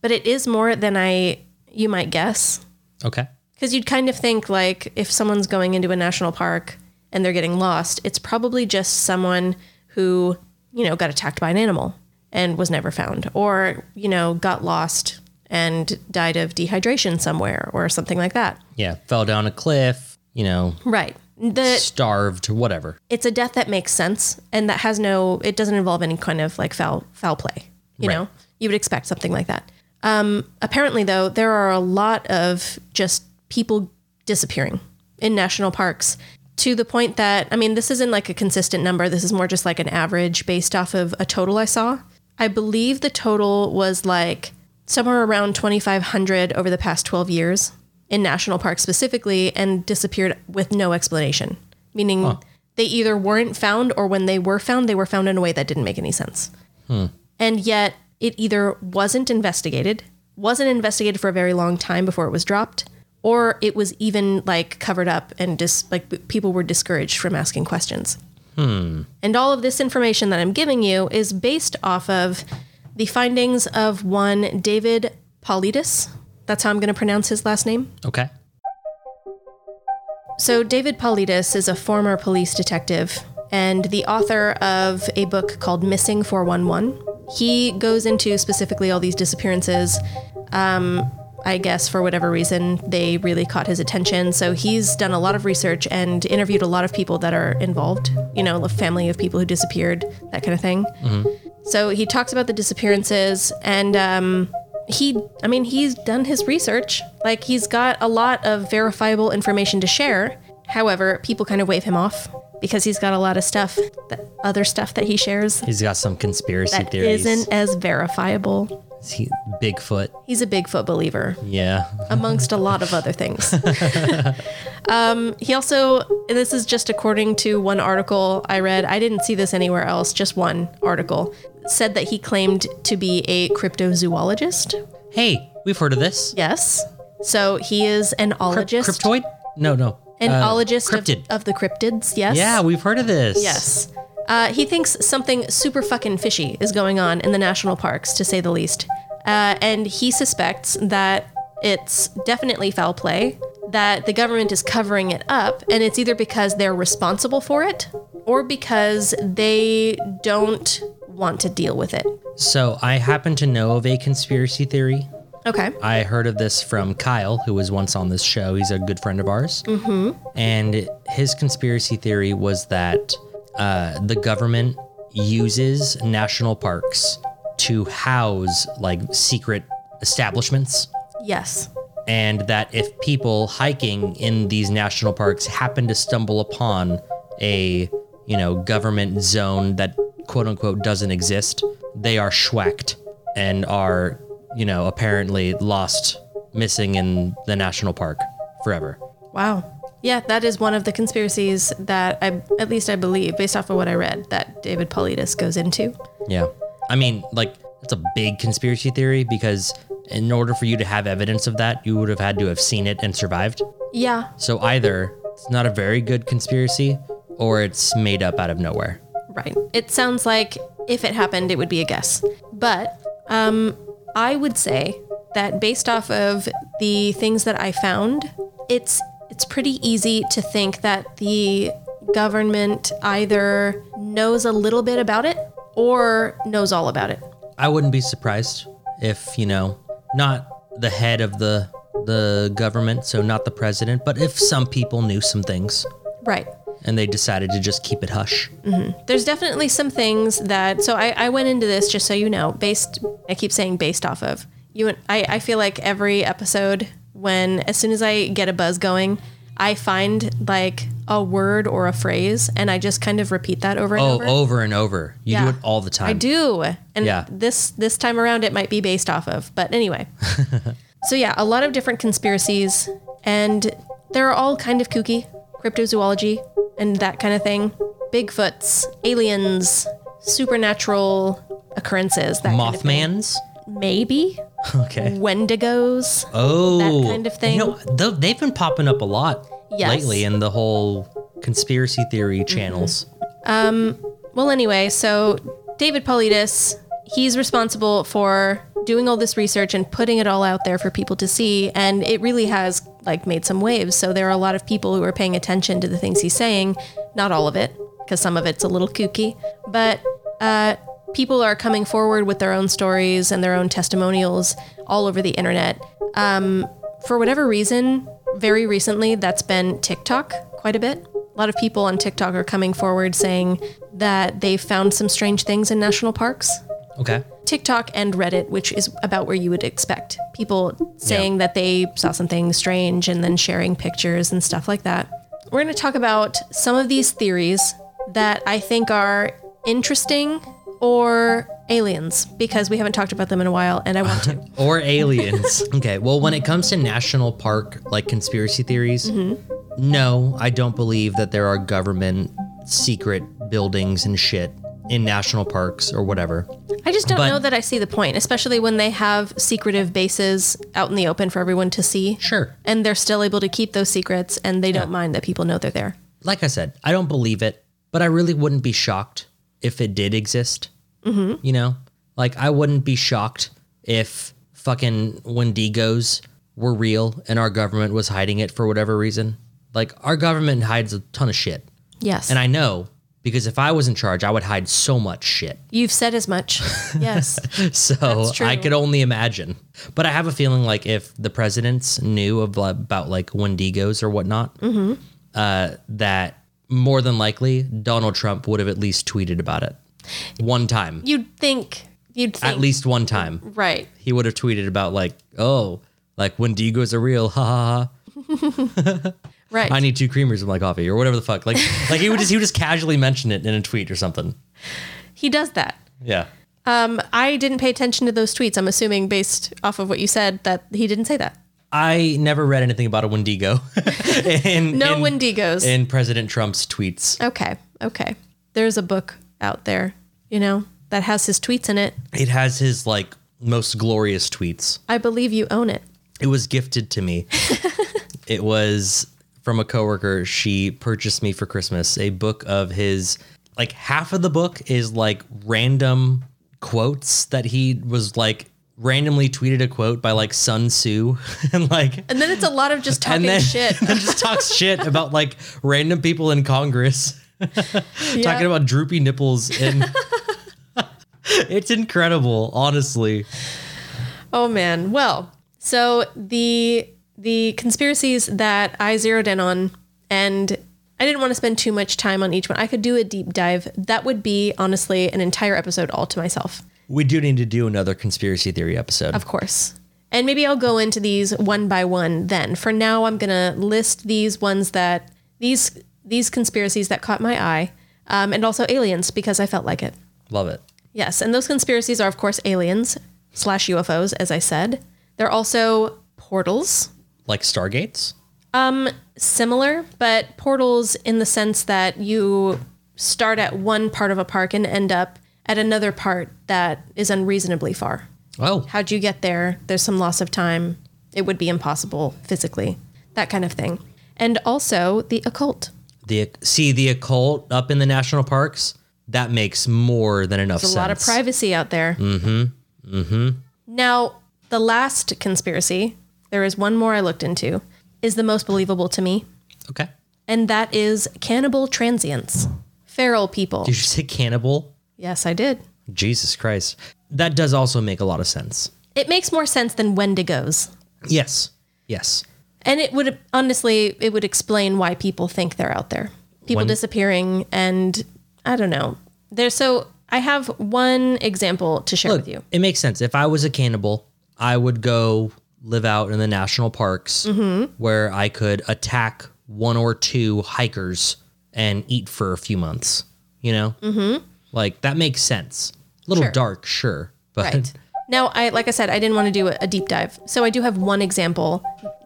but it is more than I you might guess
Okay.
because you'd kind of think like if someone's going into a national park and they're getting lost, it's probably just someone who, you know, got attacked by an animal and was never found or, you know, got lost and died of dehydration somewhere or something like that.
Yeah, fell down a cliff, you know,
Right. The
starved, whatever.
it's a death that makes sense and that has no it doesn't involve any kind of like foul foul play you
Right.
know you would expect something like that um apparently though there are a lot of just people disappearing in national parks to the point that i mean this isn't like a consistent number this is more just like an average based off of a total i saw i believe the total was like somewhere around 2500 over the past 12 years in national parks specifically and disappeared with no explanation meaning they either weren't found or when they were found they were found in a way that didn't make any sense and yet it either wasn't investigated wasn't investigated for a very long time before it was dropped, or it was even like covered up and dis- like p- people were discouraged from asking questions. And all of this information that I'm giving you is based off of the findings of one David Paulides. That's how I'm going to pronounce his last name.
Okay.
So, David Paulides is a former police detective and the author of a book called Missing 411. He goes into specifically all these disappearances. Um, I guess for whatever reason, they really caught his attention. So, he's done a lot of research and interviewed a lot of people that are involved, you know, a family of people who disappeared, that kind of thing. So, he talks about the disappearances and, um, he i mean he's done his research like he's got a lot of verifiable information to share however people kind of wave him off because he's got a lot of stuff that other stuff that he shares
He's got some conspiracy
that
theories.
isn't as verifiable
Is he- Bigfoot.
he's a bigfoot believer
Yeah.
amongst a lot of other things um, he also this is just according to one article i read i didn't see this anywhere else just one article said that he claimed to be a cryptozoologist
Hey, we've heard of this.
Yes. So he is an
Cryp-
ologist.
Cryptoid? No, no.
An
Uh,
ologist of-
Cryptid.
Of, the cryptids, yes.
yeah, we've heard of this.
Yes. Uh, he thinks something super fucking fishy is going on in the national parks, to say the least. Uh, and he suspects that it's definitely foul play, that the government is covering it up, and it's either because they're responsible for it or because they don't want to deal with it.
So I happen to know of a conspiracy theory.
Okay.
I heard of this from Kyle, who was once on this show. He's a good friend of ours. Mm-hmm. And his conspiracy theory was that uh, the government uses national parks to house like secret establishments.
Yes.
and that if people hiking in these national parks happen to stumble upon a you know government zone that quote unquote doesn't exist they are schwacked and are you know apparently lost missing in the national park forever
Wow. Yeah, that is one of the conspiracies that I, at least I believe, based off of what I read, that David Paulides goes into.
yeah i mean like that's a big conspiracy theory because in order for you to have evidence of that you would have had to have seen it and survived
Yeah,
so either it's not a very good conspiracy or it's made up out of nowhere
right. It sounds like if it happened, it would be a guess. But um, I would say that based off of the things that I found, it's it's pretty easy to think that the government either knows a little bit about it or knows all about it.
I wouldn't be surprised if you know not the head of the the government, so not the president, but if some people knew some things
Right.
and they decided to just keep it hush.
there's definitely some things that so I, I went into this just so you know based i keep saying based off of you and I, I feel like every episode when as soon as i get a buzz going i find like a word or a phrase and i just kind of repeat that over and
Oh,
over
over and over. You
Yeah.
do it all the time.
I do. And
Yeah.
this this time around it might be based off of. But anyway. so yeah, a lot of different conspiracies and they're all kind of kooky. Cryptozoology and that kind of thing. Bigfoots, aliens, supernatural occurrences, that kind of thing.
Mothman's.
maybe
Okay.
Wendigos.
Oh,
kind of thing.
You know, tho- they've been popping up a lot
Yes. Mm-hmm.
lately in the whole conspiracy theory channels.
Well, anyway, so David Politis, he's responsible for doing all this research and putting it all out there for people to see, and it really has like made some waves. So there are a lot of people who are paying attention to the things he's saying, not all of it, because some of it's a little kooky, but uh, people are coming forward with their own stories and their own testimonials all over the internet. Um, for whatever reason, very recently, that's been TikTok quite a bit. A lot of people on TikTok are coming forward saying that they found some strange things in national parks.
Okay.
TikTok and Reddit, which is about where you would expect people saying that they saw something strange and then sharing pictures and stuff like that. We're going to talk about some of these theories that I think are interesting or aliens because we haven't talked about them in a while and I want to.
or aliens. okay, well, when it comes to national park like conspiracy theories, no, I don't believe that there are government secret buildings and shit in national parks or whatever.
I just don't
But-
know that I see the point, especially when they have secretive bases out in the open for everyone to see.
Sure.
And they're still able to keep those secrets and they don't mind that people know they're there.
Like I said, I don't believe it, but I really wouldn't be shocked if it did exist. Mm-hmm. You know, like I wouldn't be shocked if fucking Wendigos were real and our government was hiding it for whatever reason. Like our government hides a ton of shit.
Yes.
And I know because if I was in charge, I would hide so much shit.
You've said as much. Yes.
So
true.
I could only imagine. But I have a feeling like if the presidents knew of, about like Wendigos or whatnot, uh, that more than likely Donald Trump would have at least tweeted about it one time.
you'd think you'd think
At least one time.
right.
He would have tweeted about like, oh, like Wendigos are real. Ha ha ha.
Right.
I need two creamers in my coffee or whatever the fuck. Like, like he would just he would just casually mention it in a tweet or something.
he does that.
Yeah.
I didn't pay attention to those tweets. I'm assuming based off of what you said that he didn't say that.
I never read anything about a Wendigo. in,
No
in-
Wendigos.
in President Trump's tweets.
Okay. Okay. There's a book out there, you know, that has his tweets in it.
It has his like most glorious tweets.
I believe you own it.
It was gifted to me. it was from a coworker. She purchased me for Christmas a book of his. Like half of the book is like random quotes that he was like randomly tweeted a quote by like Sun Tzu and like
And then it's a lot of just talking
and then
shit.
and just talks shit about like random people in Congress talking about droopy nipples and it's incredible, honestly.
Oh man. Well, so the the conspiracies that I zeroed in on and I didn't want to spend too much time on each one. I could do a deep dive. That would be honestly an entire episode all to myself.
We do need to do another conspiracy theory episode.
Of course. And maybe I'll go into these one by one then. For now, I'm going to list these ones that these these conspiracies that caught my eye um, and also aliens because I felt like it.
Love it.
Yes, and those conspiracies are, of course, aliens slash UFOs, as I said. They're also portals,
Like Stargates?
similar, but portals in the sense that you start at one part of a park and end up at another part that is unreasonably far.
Oh.
How'd you get there? There's some loss of time. It would be impossible physically, that kind of thing. And also the occult.
The see the occult up in the national parks? That makes more than enough
There's
sense.
a lot of privacy out there. Mm-hmm. Mm-hmm. Now, the last conspiracy, there is one more I looked into, is the most believable to me,
Okay.
and that is cannibal transients. Feral people.
Did you say cannibal?
Yes, I did.
Jesus Christ. That does also make a lot of sense.
It makes more sense than Wendigos.
Yes. Yes.
And it would honestly, it would explain why people think they're out there. People
When-
disappearing, and I don't know. There's so I have one example to share with you.
It makes sense. If I was a cannibal, I would go live out in the national parks
Mm-hmm.
where I could attack one or two hikers and eat for a few months. You know, mm-hmm. like that makes sense. A little
Sure.
dark, sure, but
Right. Now, I like I said, I didn't want to do a, a deep dive, so I do have one example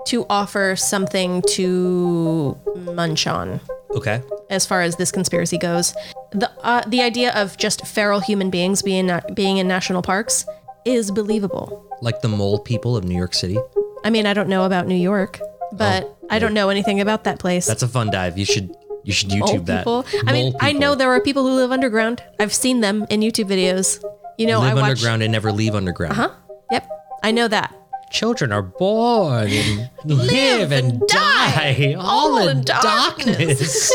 to offer something to munch on
okay,
as far as this conspiracy goes. The uh, the idea of just feral human beings being being in national parks is believable.
like the mole people of New York City.
I mean, I don't know about New York, but I don't know anything about that place.
Oh. That's a fun dive. You should you should YouTube
old
that.
people. I mean,
Mole
I know
people
there are people who live underground. I've seen them in YouTube videos. You know,
live
I watch. Uh-huh.
underground and never leave underground.
Huh? Yep, I know that.
Children are born and live and die, all, in, darkness.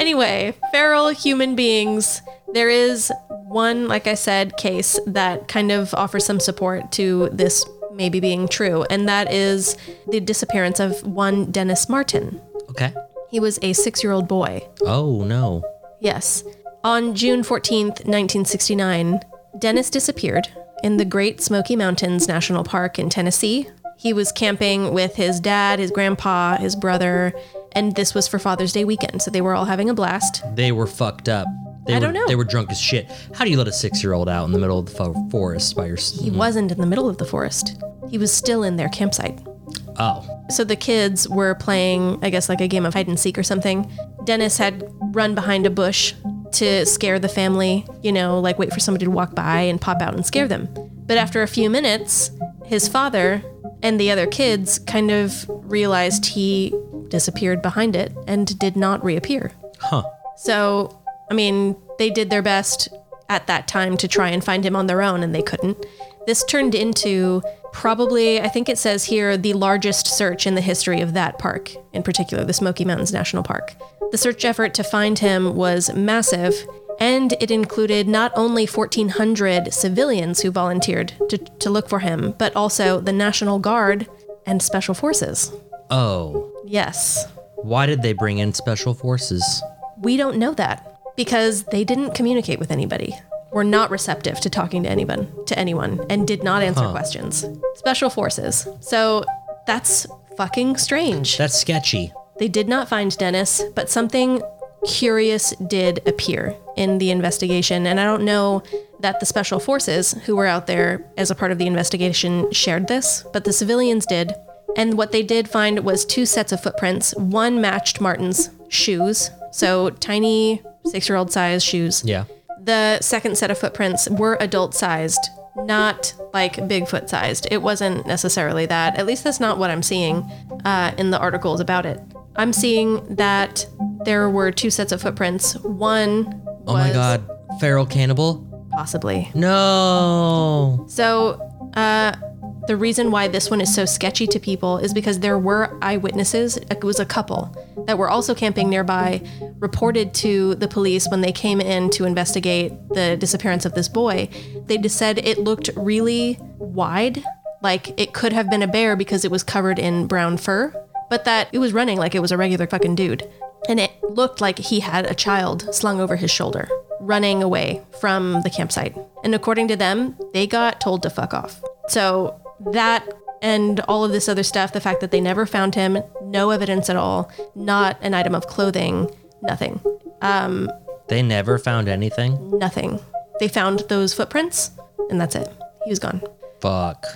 Anyway, feral human beings. There is one, like I said, case that kind of offers some support to this maybe being true, and that is the disappearance of one Dennis Martin.
okay.
He was a six year old boy.
Oh no.
Yes. On June 14th, 1969, Dennis disappeared in the Great Smoky Mountains National Park in Tennessee. He was camping with his dad, his grandpa, his brother, and this was for Father's Day weekend, so they were all having a blast.
They were fucked up. They
I
were,
don't know.
They were drunk as shit. How do you let a six-year-old out in the middle of the fo- forest by your?
He wasn't in the middle of the forest, he was still in their campsite.
Oh,
So the kids were playing, I guess, like a game of hide and seek or something. Dennis had run behind a bush to scare the family, you know, like wait for somebody to walk by and pop out and scare them. But after a few minutes, his father and the other kids kind of realized he disappeared behind it and did not reappear.
Huh.
So, I mean, they did their best at that time to try and find him on their own and they couldn't. This turned into probably, I think it says here, the largest search in the history of that park, in particular, the Smoky Mountains National Park. The search effort to find him was massive, and it included not only 1,400 civilians who volunteered to, to look for him, but also the National Guard and Special Forces.
Oh.
Yes,
Why did they bring in special forces?
we don't know that because they didn't communicate with anybody. Were not receptive to talking to anyone, to anyone, and did not answer questions. Special forces. So that's fucking strange.
That's sketchy.
They did not find Dennis, but something curious did appear in the investigation. And I don't know that the special forces who were out there as a part of the investigation shared this, but the civilians did. And what they did find was two sets of footprints. One matched Martin's shoes, so tiny six year old size shoes.
Yeah.
The second set of footprints were adult sized, not like Bigfoot sized. It wasn't necessarily that. At least that's not what I'm seeing uh, in the articles about it. I'm seeing that there were two sets of footprints. One was
Oh my god. Feral cannibal?
possibly.
No.
So uh, the reason why this one is so sketchy to people is because there were eyewitnesses. It was a couple that were also camping nearby, reported to the police when they came in to investigate the disappearance of this boy. They just said it looked really wide, like it could have been a bear because it was covered in brown fur, but that it was running like it was a regular fucking dude. And it looked like he had a child slung over his shoulder, running away from the campsite. And according to them, they got told to fuck off. So that and all of this other stuff, the fact that they never found him, no evidence at all, not an item of clothing, nothing,
They never found anything?
nothing. They found those footprints, and that's it. He was gone.
Fuck.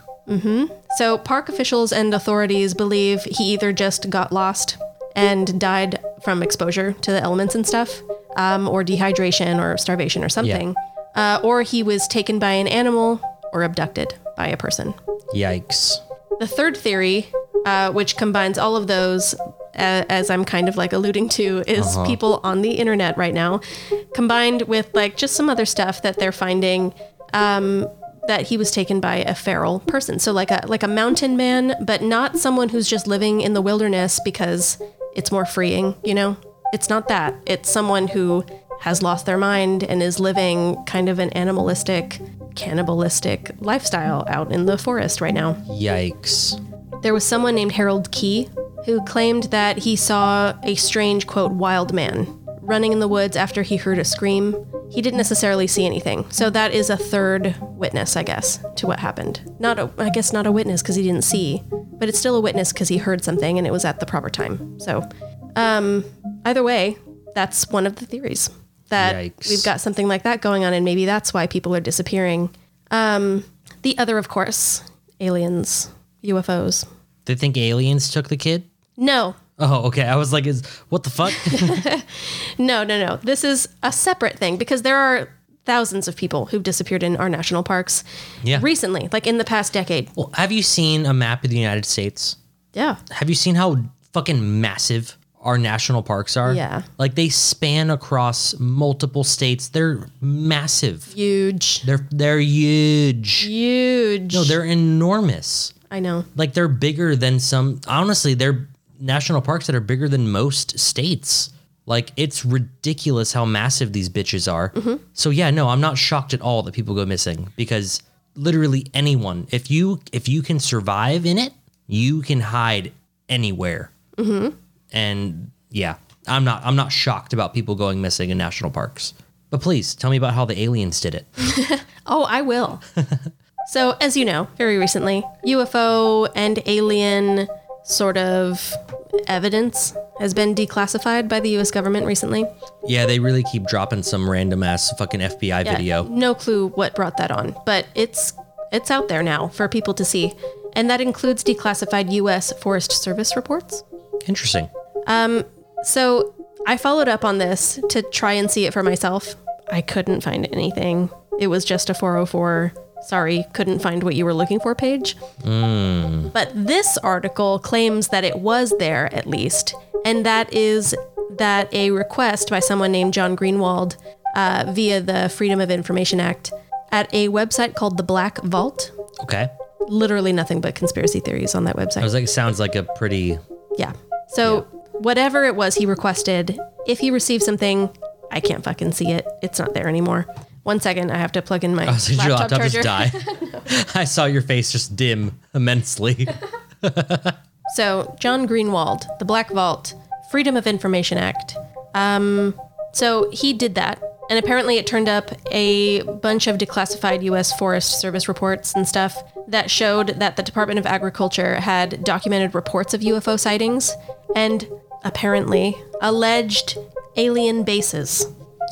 So, park officials and authorities believe he either just got lost and died from exposure to the elements and stuff, um, or dehydration or starvation or something, uh, or he was taken by an animal or abducted by a person.
Yikes.
The third theory, uh, which combines all of those, uh, as I'm kind of like alluding to, is people on the internet right now, combined with like just some other stuff that they're finding, um, that he was taken by a feral person. So like a like a mountain man, but not someone who's just living in the wilderness because it's more freeing. You know, it's not that. It's someone who has lost their mind and is living kind of an animalistic, cannibalistic lifestyle out in the forest right now
Yikes.
there was someone named Harold Key who claimed that he saw a strange, quote, wild man running in the woods after he heard a scream. He didn't necessarily see anything. So that is a third witness, I guess, to what happened. Not a, I guess not a witness because he didn't see, but it's still a witness because he heard something and it was at the proper time. So, um, either way, that's one of the theories that
Yikes.
we've got something like that going on and maybe that's why people are disappearing. Um, the other, of course, aliens, UFOs,
They think aliens took the kid?
no,
Oh, okay. I was like, is what the fuck?
no, no, no. This is a separate thing because there are thousands of people who've disappeared in our national parks
Yeah.
recently, like in the past decade.
well, have you seen a map of the United States?
Yeah.
Have you seen how fucking massive our national parks are?
Yeah.
Like they span across multiple states. They're massive.
Huge.
They're they're huge.
Huge.
No, they're enormous.
I know.
Like they're bigger than some honestly, they're national parks that are bigger than most states. Like it's ridiculous how massive these bitches are. So yeah, no, I'm not shocked at all that people go missing because literally anyone, if you if you can survive in it, you can hide anywhere. And yeah, I'm not I'm not shocked about people going missing in national parks. But please tell me about how the aliens did it.
Oh, I will. so, as you know, very recently, UFO and alien sort of evidence has been declassified by the US government recently.
Yeah, they really keep dropping some random ass fucking FBI video.
No clue what brought that on, but it's it's out there now for people to see. And that includes declassified US Forest Service reports.
Interesting.
So I followed up on this to try and see it for myself. I couldn't find anything. It was just a 404, sorry, couldn't find what you were looking for page. But this article claims that it was there at least, and that is that a request by someone named John Greenwald uh, via the Freedom of Information Act at a website called the Black Vault.
Okay.
Literally nothing but conspiracy theories on that website.
I was like, it sounds like a pretty.
Yeah. So whatever it was he requested, if he received something, I can't fucking see it. It's not there anymore. One second, I have to plug in my
I was like,
laptop,
your laptop
charger.
just die. I saw your face just dim immensely.
So John Greenwald, the Black Vault, Freedom of Information Act. Um, so he did that, and apparently it turned up a bunch of declassified U.S. Forest Service reports and stuff that showed that the Department of Agriculture had documented reports of UFO sightings and apparently alleged alien bases.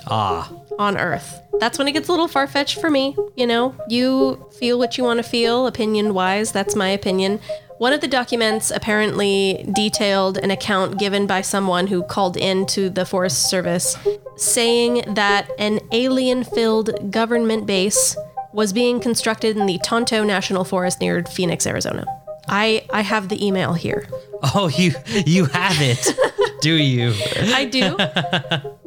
ah,
on Earth. That's when it gets a little far fetched for me. You know, you feel what you want to feel, opinion wise. That's my opinion. One of the documents apparently detailed an account given by someone who called in to the Forest Service saying that an alien filled government base was being constructed in the Tonto National Forest near Phoenix, Arizona. I, I have the email here.
oh, you you have it, do you?
I do.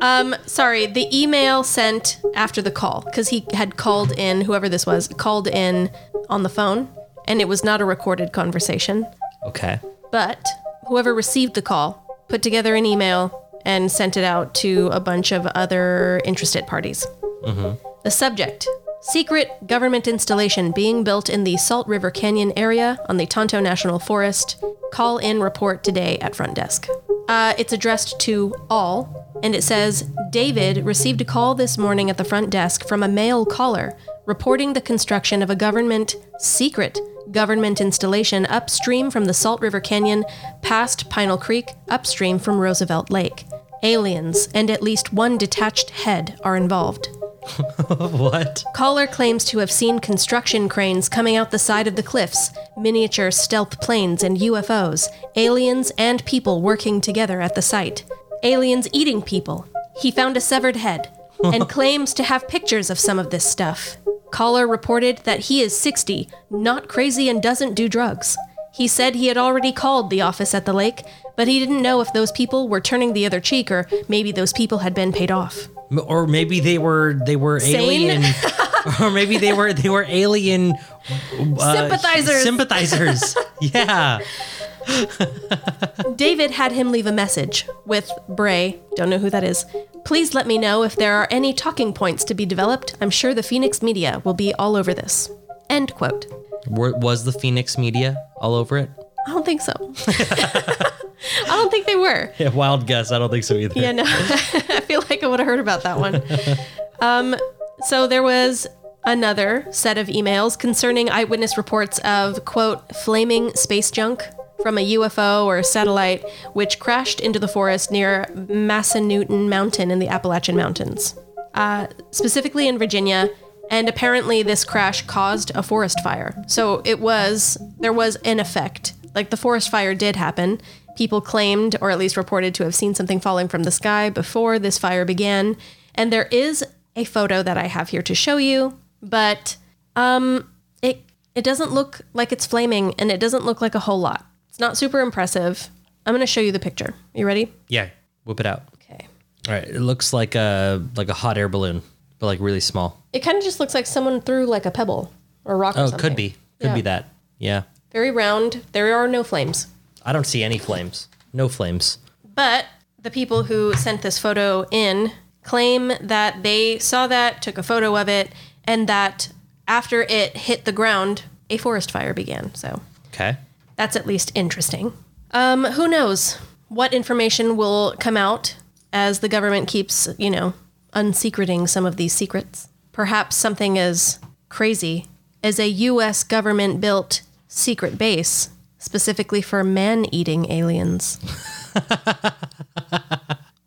um, sorry, the email sent after the call because he had called in, whoever this was, called in on the phone, and it was not a recorded conversation.
Okay.
But whoever received the call put together an email and sent it out to a bunch of other interested parties. The subject secret government installation being built in the Salt River Canyon area on the Tonto National Forest. Call in report today at front desk. Uh, it's addressed to all, and it says David received a call this morning at the front desk from a male caller reporting the construction of a government secret government installation upstream from the Salt River Canyon, past Pinal Creek, upstream from Roosevelt Lake. Aliens and at least one detached head are involved.
What?
Caller claims to have seen construction cranes coming out the side of the cliffs, miniature stealth planes and UFOs, aliens and people working together at the site, aliens eating people. He found a severed head and claims to have pictures of some of this stuff. Caller reported that he is 60, not crazy, and doesn't do drugs. He said he had already called the office at the lake, but he didn't know if those people were turning the other cheek or maybe those people had been paid off.
M- Or maybe they were they were
Sane?
alien. or maybe they were they were alien uh,
Sympathizers.
Sympathizers. yeah.
David had him leave a message with Bray, don't know who that is. Please let me know if there are any talking points to be developed. I'm sure the Phoenix media will be all over this. End quote.
Were, was the Phoenix media all over it?
I don't think so. I don't think they were.
Yeah, wild guess. I don't think so either.
Yeah, no. I feel like I would have heard about that one. Um, so there was another set of emails concerning eyewitness reports of, quote, flaming space junk from a UFO or a satellite which crashed into the forest near Massanutton Mountain in the Appalachian Mountains, uh, specifically in Virginia. And apparently, this crash caused a forest fire. So it was, there was an effect. Like the forest fire did happen. People claimed, or at least reported to have seen something falling from the sky before this fire began. And there is a photo that I have here to show you, but um, it it doesn't look like it's flaming, and it doesn't look like a whole lot. It's not super impressive. I'm going to show you the picture. You ready?
Yeah. Whip it out.
Okay.
All right. It looks like a like a hot air balloon, but like really small.
It kind of just looks like someone threw like a pebble or a rock.
Oh,
or
it
something.
could be. Could
Yeah.
be that. Yeah.
Very round. There are no flames.
I don't see any flames. No flames.
But the people who sent this photo in claim that they saw that, took a photo of it, and that after it hit the ground, a forest fire began. So
Okay.
That's at least interesting. Um, who knows what information will come out as the government keeps, you know, unsecreting some of these secrets? Perhaps something as crazy as a U.S. government built secret base specifically for man eating aliens.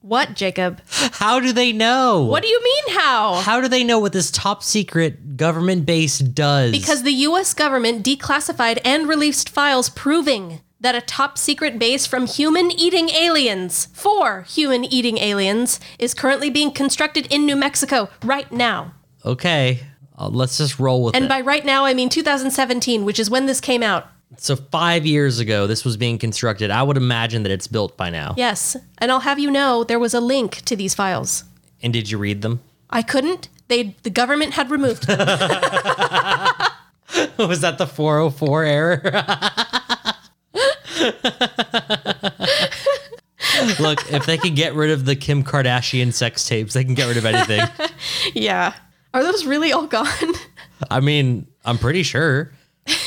what, Jacob?
How do they know?
What do you mean, how?
How do they know what this top secret government base does?
Because the U.S. government declassified and released files proving that a top secret base from human eating aliens, for human eating aliens, is currently being constructed in New Mexico right now.
Okay, uh, let's just roll with
And
it.
by right now, I mean 2017, which is when this came out.
so five years ago, this was being constructed. I would imagine that it's built by now.
Yes. And I'll have you know there was a link to these files.
And did you read them?
I couldn't. They the government had removed them.
was that the 404 error? Look, if they can get rid of the Kim Kardashian sex tapes, they can get rid of anything.
yeah. Are those really all gone?
I mean, I'm pretty sure.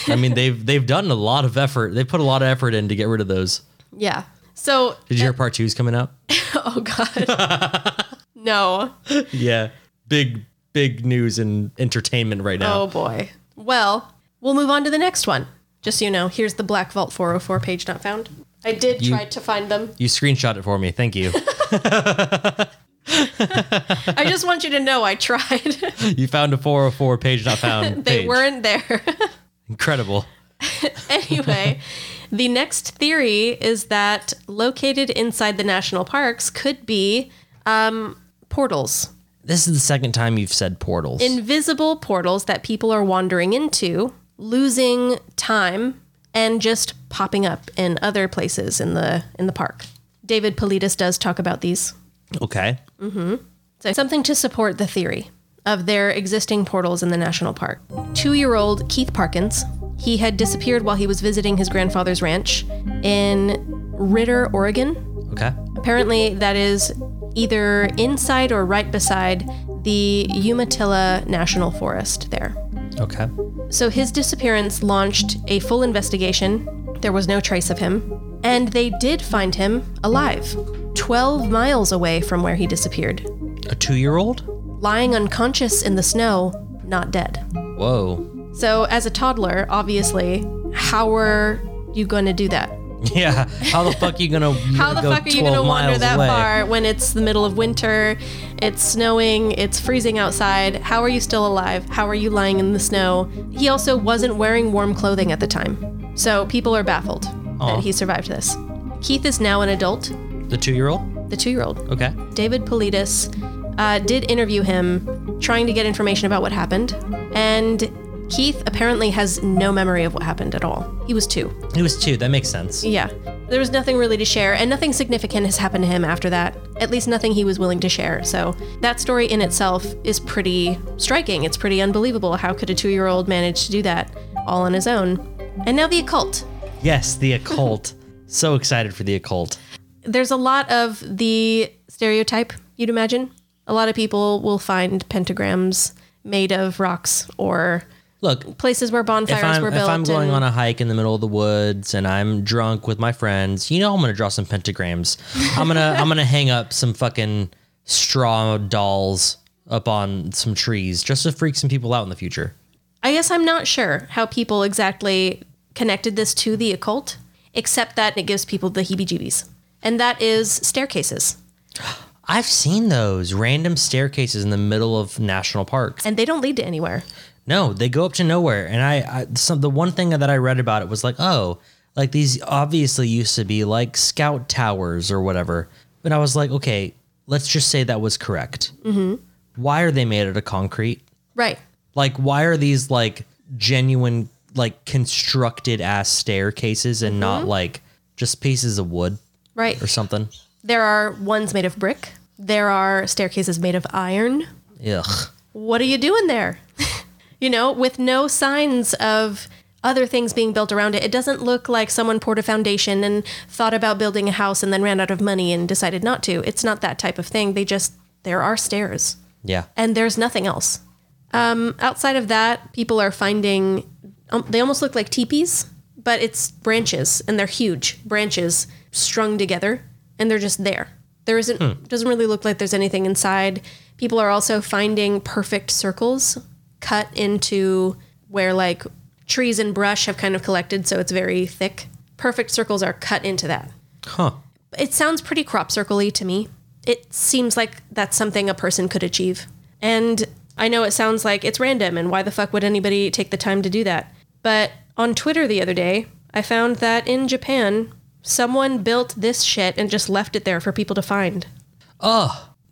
I mean, they've they've done a lot of effort. They put a lot of effort in to get rid of those.
yeah. So,
Did you hear part two's coming up?
oh god. no.
Yeah, big big news in entertainment right now.
Oh boy. Well, we'll move on to the next one. Just so you know, here's the Black Vault 404 page not found. I did try to find them.
You screenshot it for me. Thank you.
I just want you to know I tried.
you found a 404 page not found.
they
page.
weren't there.
incredible.
anyway, the next theory is that located inside the national parks could be um, portals,
This is the second time you've said portals.
invisible portals that people are wandering into, losing time and just popping up in other places in the in the park. David Politis does talk about these.
okay.
So something to support the theory of their existing portals in the national park. Two year old Keith Parkins, he had disappeared while he was visiting his grandfather's ranch in Ritter, Oregon.
Okay.
Apparently, that is either inside or right beside the Umatilla National Forest there.
Okay.
So his disappearance launched a full investigation. There was no trace of him. And they did find him alive, 12 miles away from where he disappeared
A two year old?
lying unconscious in the snow, not dead.
Whoa.
So, as a toddler, obviously, how were you going to do that?
Yeah. How the fuck are you gonna
How the
go
fuck are you going to
12
wander
miles
that
away?
far when it's the middle of winter, it's snowing, it's freezing outside? How are you still alive? How are you lying in the snow? He also wasn't wearing warm clothing at the time. So, people are baffled
Aw.
that he survived this. Keith is now an adult,
The two year old?
the two year old.
Okay.
David Politis uh, did interview him, trying to get information about what happened. And Keith apparently has no memory of what happened at all. He was two.
It was two. That makes sense.
Yeah. There was nothing really to share, and nothing significant has happened to him after that. At least nothing he was willing to share. So that story in itself is pretty striking. It's pretty unbelievable. How could a two year old manage to do that all on his own? And now the occult.
Yes, the occult. so excited for the occult.
there's a lot of the stereotype you'd imagine. A lot of people will find pentagrams made of rocks or
Look,
places where bonfires
if I'm,
were
if
built.
I'm going
and-
on a hike in the middle of the woods and I'm drunk with my friends, you know I'm gonna draw some pentagrams. I'm gonna I'm gonna hang up some fucking straw dolls up on some trees just to freak some people out in the future.
I guess I'm not sure how people exactly connected this to the occult, except that it gives people the heebie-jeebies, and that is staircases,
I've seen those random staircases in the middle of national parks.
and they don't lead to anywhere.
No, they go up to nowhere. And I, I some, the one thing that I read about it was like, oh, like these obviously used to be like scout towers or whatever. But I was like, okay, let's just say that was correct. Mm-hmm. Why are they made out of concrete?
Right.
Like, why are these like genuine, like constructed ass staircases and not like just pieces of wood
Right.
or something?
There are ones made of brick. There are staircases made of iron.
Ugh.
what are you doing there? you know, with no signs of other things being built around it. It doesn't look like someone poured a foundation and thought about building a house and then ran out of money and decided not to. It's not that type of thing. They just, there are stairs
Yeah.
and there's nothing else. Um, outside of that, people are finding, um, they almost look like teepees, but it's branches and they're huge branches strung together and they're just there. There isn't, doesn't really look like there's anything inside. People are also finding perfect circles cut into where like trees and brush have kind of collected, so it's very thick. Perfect circles are cut into that
Huh.
it sounds pretty crop circle-y to me. It seems like that's something a person could achieve. And I know it sounds like it's random and why the fuck would anybody take the time to do that? But on Twitter the other day, I found that in Japan, someone built this shit and just left it there for people to find.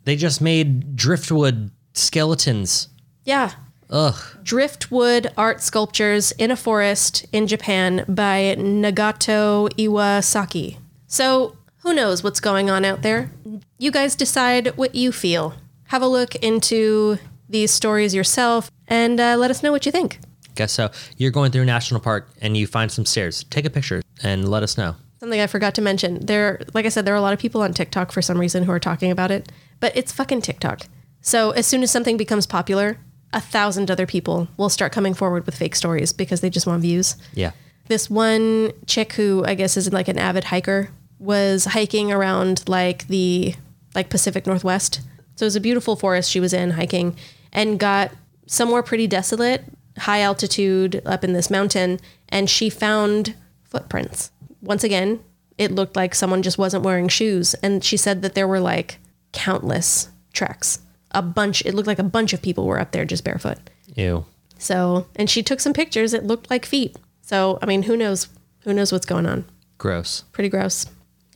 They just made driftwood skeletons.
Yeah. Ugh. Driftwood art sculptures in a forest in Japan by Nagato Iwasaki. So, who knows what's going on out there? You guys decide what you feel. Have a look into these stories yourself and uh, let us know what you think.
Guess so. You're going through a national park and you find some stairs. Take a picture and let us know.
Something I forgot to mention. There, like I said, there are a lot of people on TikTok for some reason who are talking about it, but it's fucking TikTok. So as soon as something becomes popular, a thousand other people will start coming forward with fake stories because they just want views.
Yeah.
This one chick who I guess is like an avid hiker was hiking around like the like Pacific Northwest. So it was a beautiful forest she was in hiking and got somewhere pretty desolate, high altitude up in this mountain and she found footprints. Once again, it looked like someone just wasn't wearing shoes and she said that there were like countless tracks. A bunch it looked like a bunch of people were up there just barefoot.
Ew.
So, and she took some pictures. It looked like feet. So, I mean, who knows? Who knows what's going on?
Gross.
Pretty gross.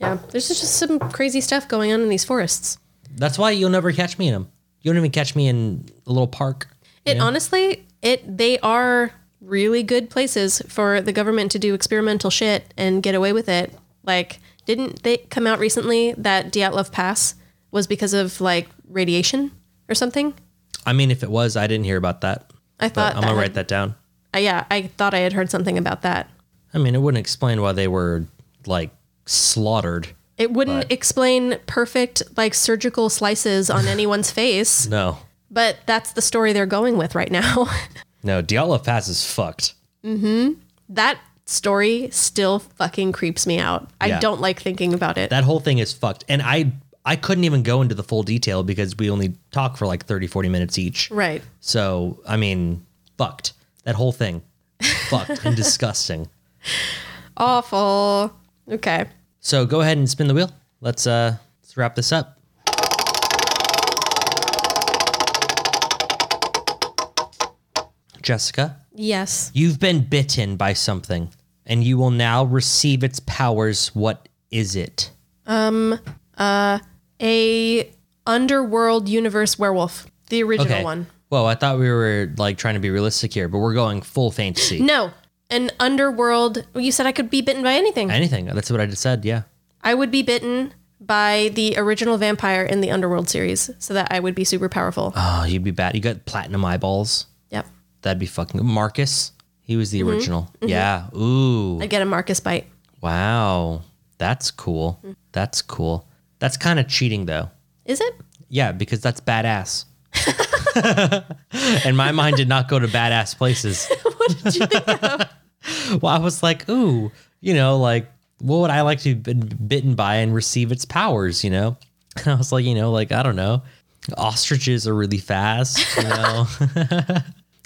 Yeah, there's just some crazy stuff going on in these forests.
That's why you'll never catch me in them. You don't even catch me in a little park.
It honestly, it they are really good places for the government to do experimental shit and get away with it. Like, didn't they come out recently that Dyatlov Pass was because of like radiation or something?
I mean, if it was, I didn't hear about that.
I
But
thought
I'm gonna
had-
write that down.
uh, yeah, I thought I had heard something about that.
I mean, it wouldn't explain why they were like slaughtered.
It wouldn't explain perfect like surgical slices on anyone's face,
No,
but that's the story they're going with right now.
no, Diallo Pass is fucked.
that story still fucking creeps me out.
Yeah.
I don't like thinking about it.
That whole thing is fucked, and I I couldn't even go into the full detail because we only talk for like 30, 40 minutes each.
right.
So I mean, fucked. That whole thing, fucked and disgusting.
Awful. Okay.
So go ahead and spin the wheel. Let's uh let's wrap this up. Jessica,
Yes.
you've been bitten by something and you will now receive its powers. What is it?
A underworld universe werewolf. The original one.
Well, I thought we were like trying to be realistic here, but we're going full fantasy.
No. An underworld. well, You said I could be bitten by anything.
Anything. That's what I just said. Yeah.
I would be bitten by the original vampire in the underworld series so that I would be super powerful.
Oh, you'd be bad. You got platinum eyeballs.
yep.
That'd be fucking Marcus. He was the original. Yeah. Ooh.
I'd get a Marcus bite.
Wow. That's cool. That's cool. That's kind of cheating though.
Is it?
Yeah, because that's badass. and my mind did not go to badass places. what did you think of? well, I was like, ooh, you know, like what would I like to be bitten by and receive its powers, you know? And I was like, you know, like I don't know. Ostriches are really fast, you know.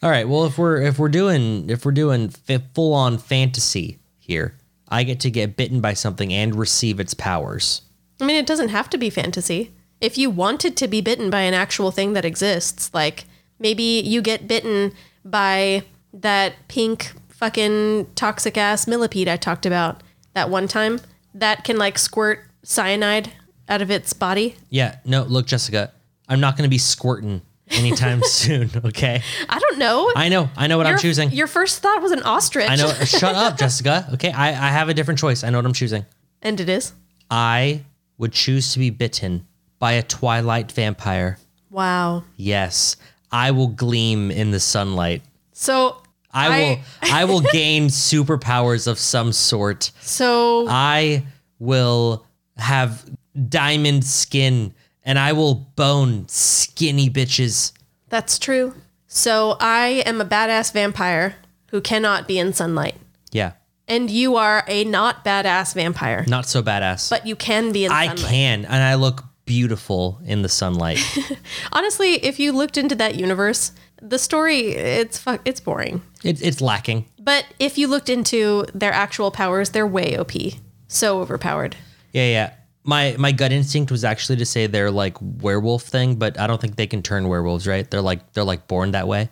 All right. Well, if we're if we're doing if we're doing full on fantasy here, I get to get bitten by something and receive its powers.
I mean, it doesn't have to be fantasy. If you wanted to be bitten by an actual thing that exists, like maybe you get bitten by that pink fucking toxic ass millipede I talked about that one time that can like squirt cyanide out of its body.
Yeah, no, look, Jessica, I'm not going to be squirting anytime soon, okay?
I don't know.
I know, I know what
your,
I'm choosing.
Your first thought was an ostrich.
I know, shut up, Jessica, okay? I, I have a different choice. I know what I'm choosing.
And it is.
I would choose to be bitten by a twilight vampire.
Wow.
Yes, I will gleam in the sunlight.
So,
I will I will gain superpowers of some sort.
so
I will have diamond skin and I will bone skinny bitches.
that's true. So I am a badass vampire who cannot be in sunlight.
Yeah.
and you are a not badass vampire,
Not so badass.
but you can be in the
I
sunlight.
can, and I look beautiful in the sunlight.
Honestly, if you looked into that universe, the story it's fu- it's boring.
it, it's lacking.
But if you looked into their actual powers, they're way OP, so overpowered.
Yeah, yeah. My my gut instinct was actually to say they're like werewolf thing, but I don't think they can turn werewolves, right? They're like they're like born that way.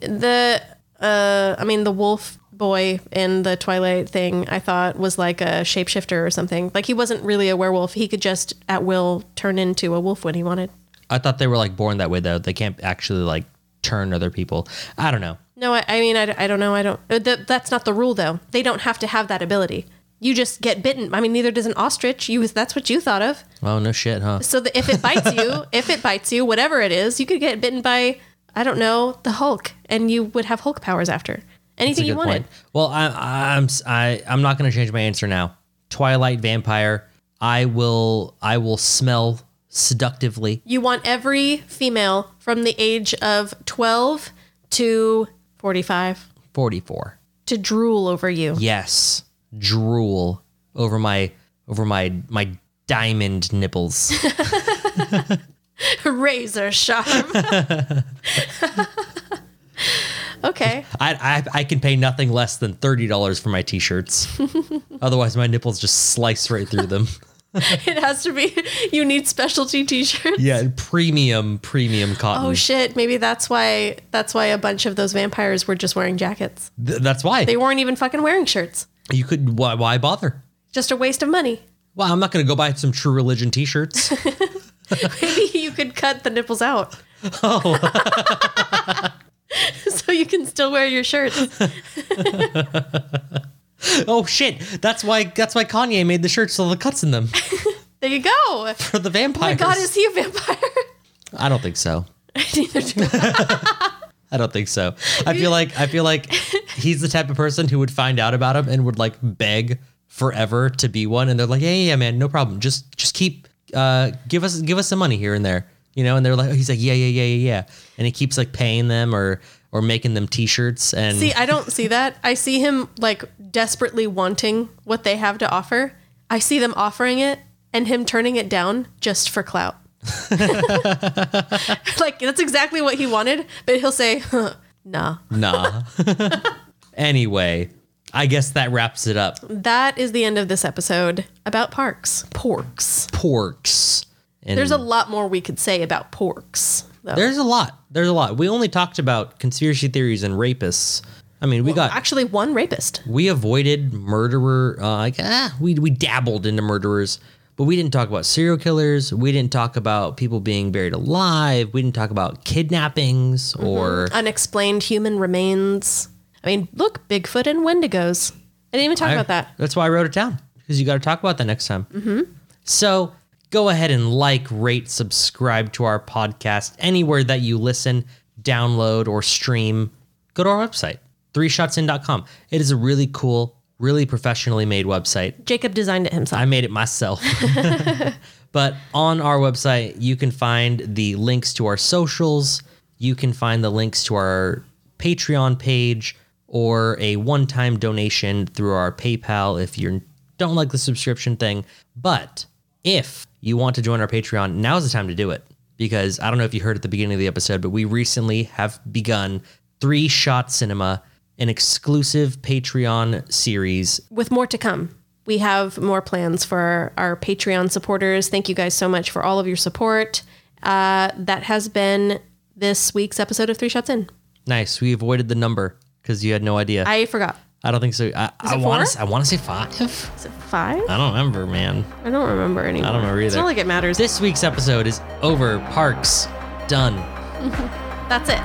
The uh, I mean, the wolf boy in the Twilight thing, I thought was like a shapeshifter or something. Like he wasn't really a werewolf. He could just at will turn into a wolf when he wanted.
I thought they were like born that way though. They can't actually like turn other people. I don't know.
No, I, I mean, I, d- I don't know. I don't. uh, Th- that's not the rule, though. They don't have to have that ability. You just get bitten. I mean, neither does an ostrich. You that's what you thought of.
Oh no shit, huh?
So that if it bites you, if it bites you, whatever it is, you could get bitten by I don't know the Hulk, and you would have Hulk powers after anything you wanted.
Well, I, I'm s- I, I'm not going to change my answer now. Twilight vampire. I will I will smell seductively.
You want every female from the age of twelve to forty-five
Forty four.
to drool over you.
Yes, drool over my over my my diamond nipples.
Razor sharp. okay.
I, I I can pay nothing less than thirty dollars for my t-shirts. Otherwise, my nipples just slice right through them.
It has to be. You need specialty T-shirts.
Yeah, premium premium cotton.
Oh shit! Maybe that's why. That's why a bunch of those vampires were just wearing jackets.
Th- that's why
They weren't even fucking wearing shirts.
you could. Why, why bother?
Just a waste of money.
Well, I'm not going to go buy some True Religion t-shirts.
Maybe you could cut the nipples out. Oh. so you can still wear your shirts.
oh shit! That's why. That's why Kanye made the shirts with all the cuts in them
There you go.
for the
Oh My
vampires.
God, is he a vampire?
I don't think so.
Neither do I.
I don't think so. I feel like I feel like he's the type of person who would find out about him and would like beg forever to be one, and they're like, yeah, yeah, yeah, man, no problem. Just just keep uh, give us give us some money here and there, you know. And they're like, he's like, yeah, yeah, yeah, yeah, yeah, and he keeps like paying them or or making them T-shirts and
See, I don't see that. I see him like desperately wanting what they have to offer. I see them offering it and him turning it down just for clout. like that's exactly what he wanted, but he'll say, huh, "Nah."
nah. anyway, I guess that wraps it up.
That is the end of this episode about parks. Porks.
Porks. And
There's a lot more we could say about porks. Though.
there's a lot. There's a lot. We only talked about conspiracy theories and rapists. I mean, we got
actually one rapist.
we avoided murderer uh, like ah, we we dabbled into murderers but we didn't talk about serial killers we didn't talk about people being buried alive we didn't talk about kidnappings
Mm-hmm.
or
Unexplained human remains. I mean, look, Bigfoot and Wendigos. I didn't even talk about that.
that's why i wrote it down because you got to talk about that next time mm-hmm. so go ahead and like rate subscribe to our podcast anywhere that you listen download or stream go to our website threeshotsin.com it is a really cool really professionally made website
Jacob designed it himself.
I made it myself. but on our website, you can find the links to our socials. You can find the links to our Patreon page or a one time donation through our PayPal if you don't like the subscription thing. But if you want to join our Patreon, now's the time to do it because I don't know if you heard at the beginning of the episode, but we recently have begun Three Shot Cinema, an exclusive Patreon series
with more to come. We have more plans for our Patreon supporters. Thank you guys so much for all of your support. Uh, that has been this week's episode of Three Shots In.
Nice. We avoided the number because you had no idea. I,
I forgot.
don't think so. I, I
it
want
four?
to. I want to say five.
Is it five?
I don't remember, man.
I don't remember anymore. I
don't remember
It's
either.
not like it matters.
This week's episode is over. Parks done.
That's it.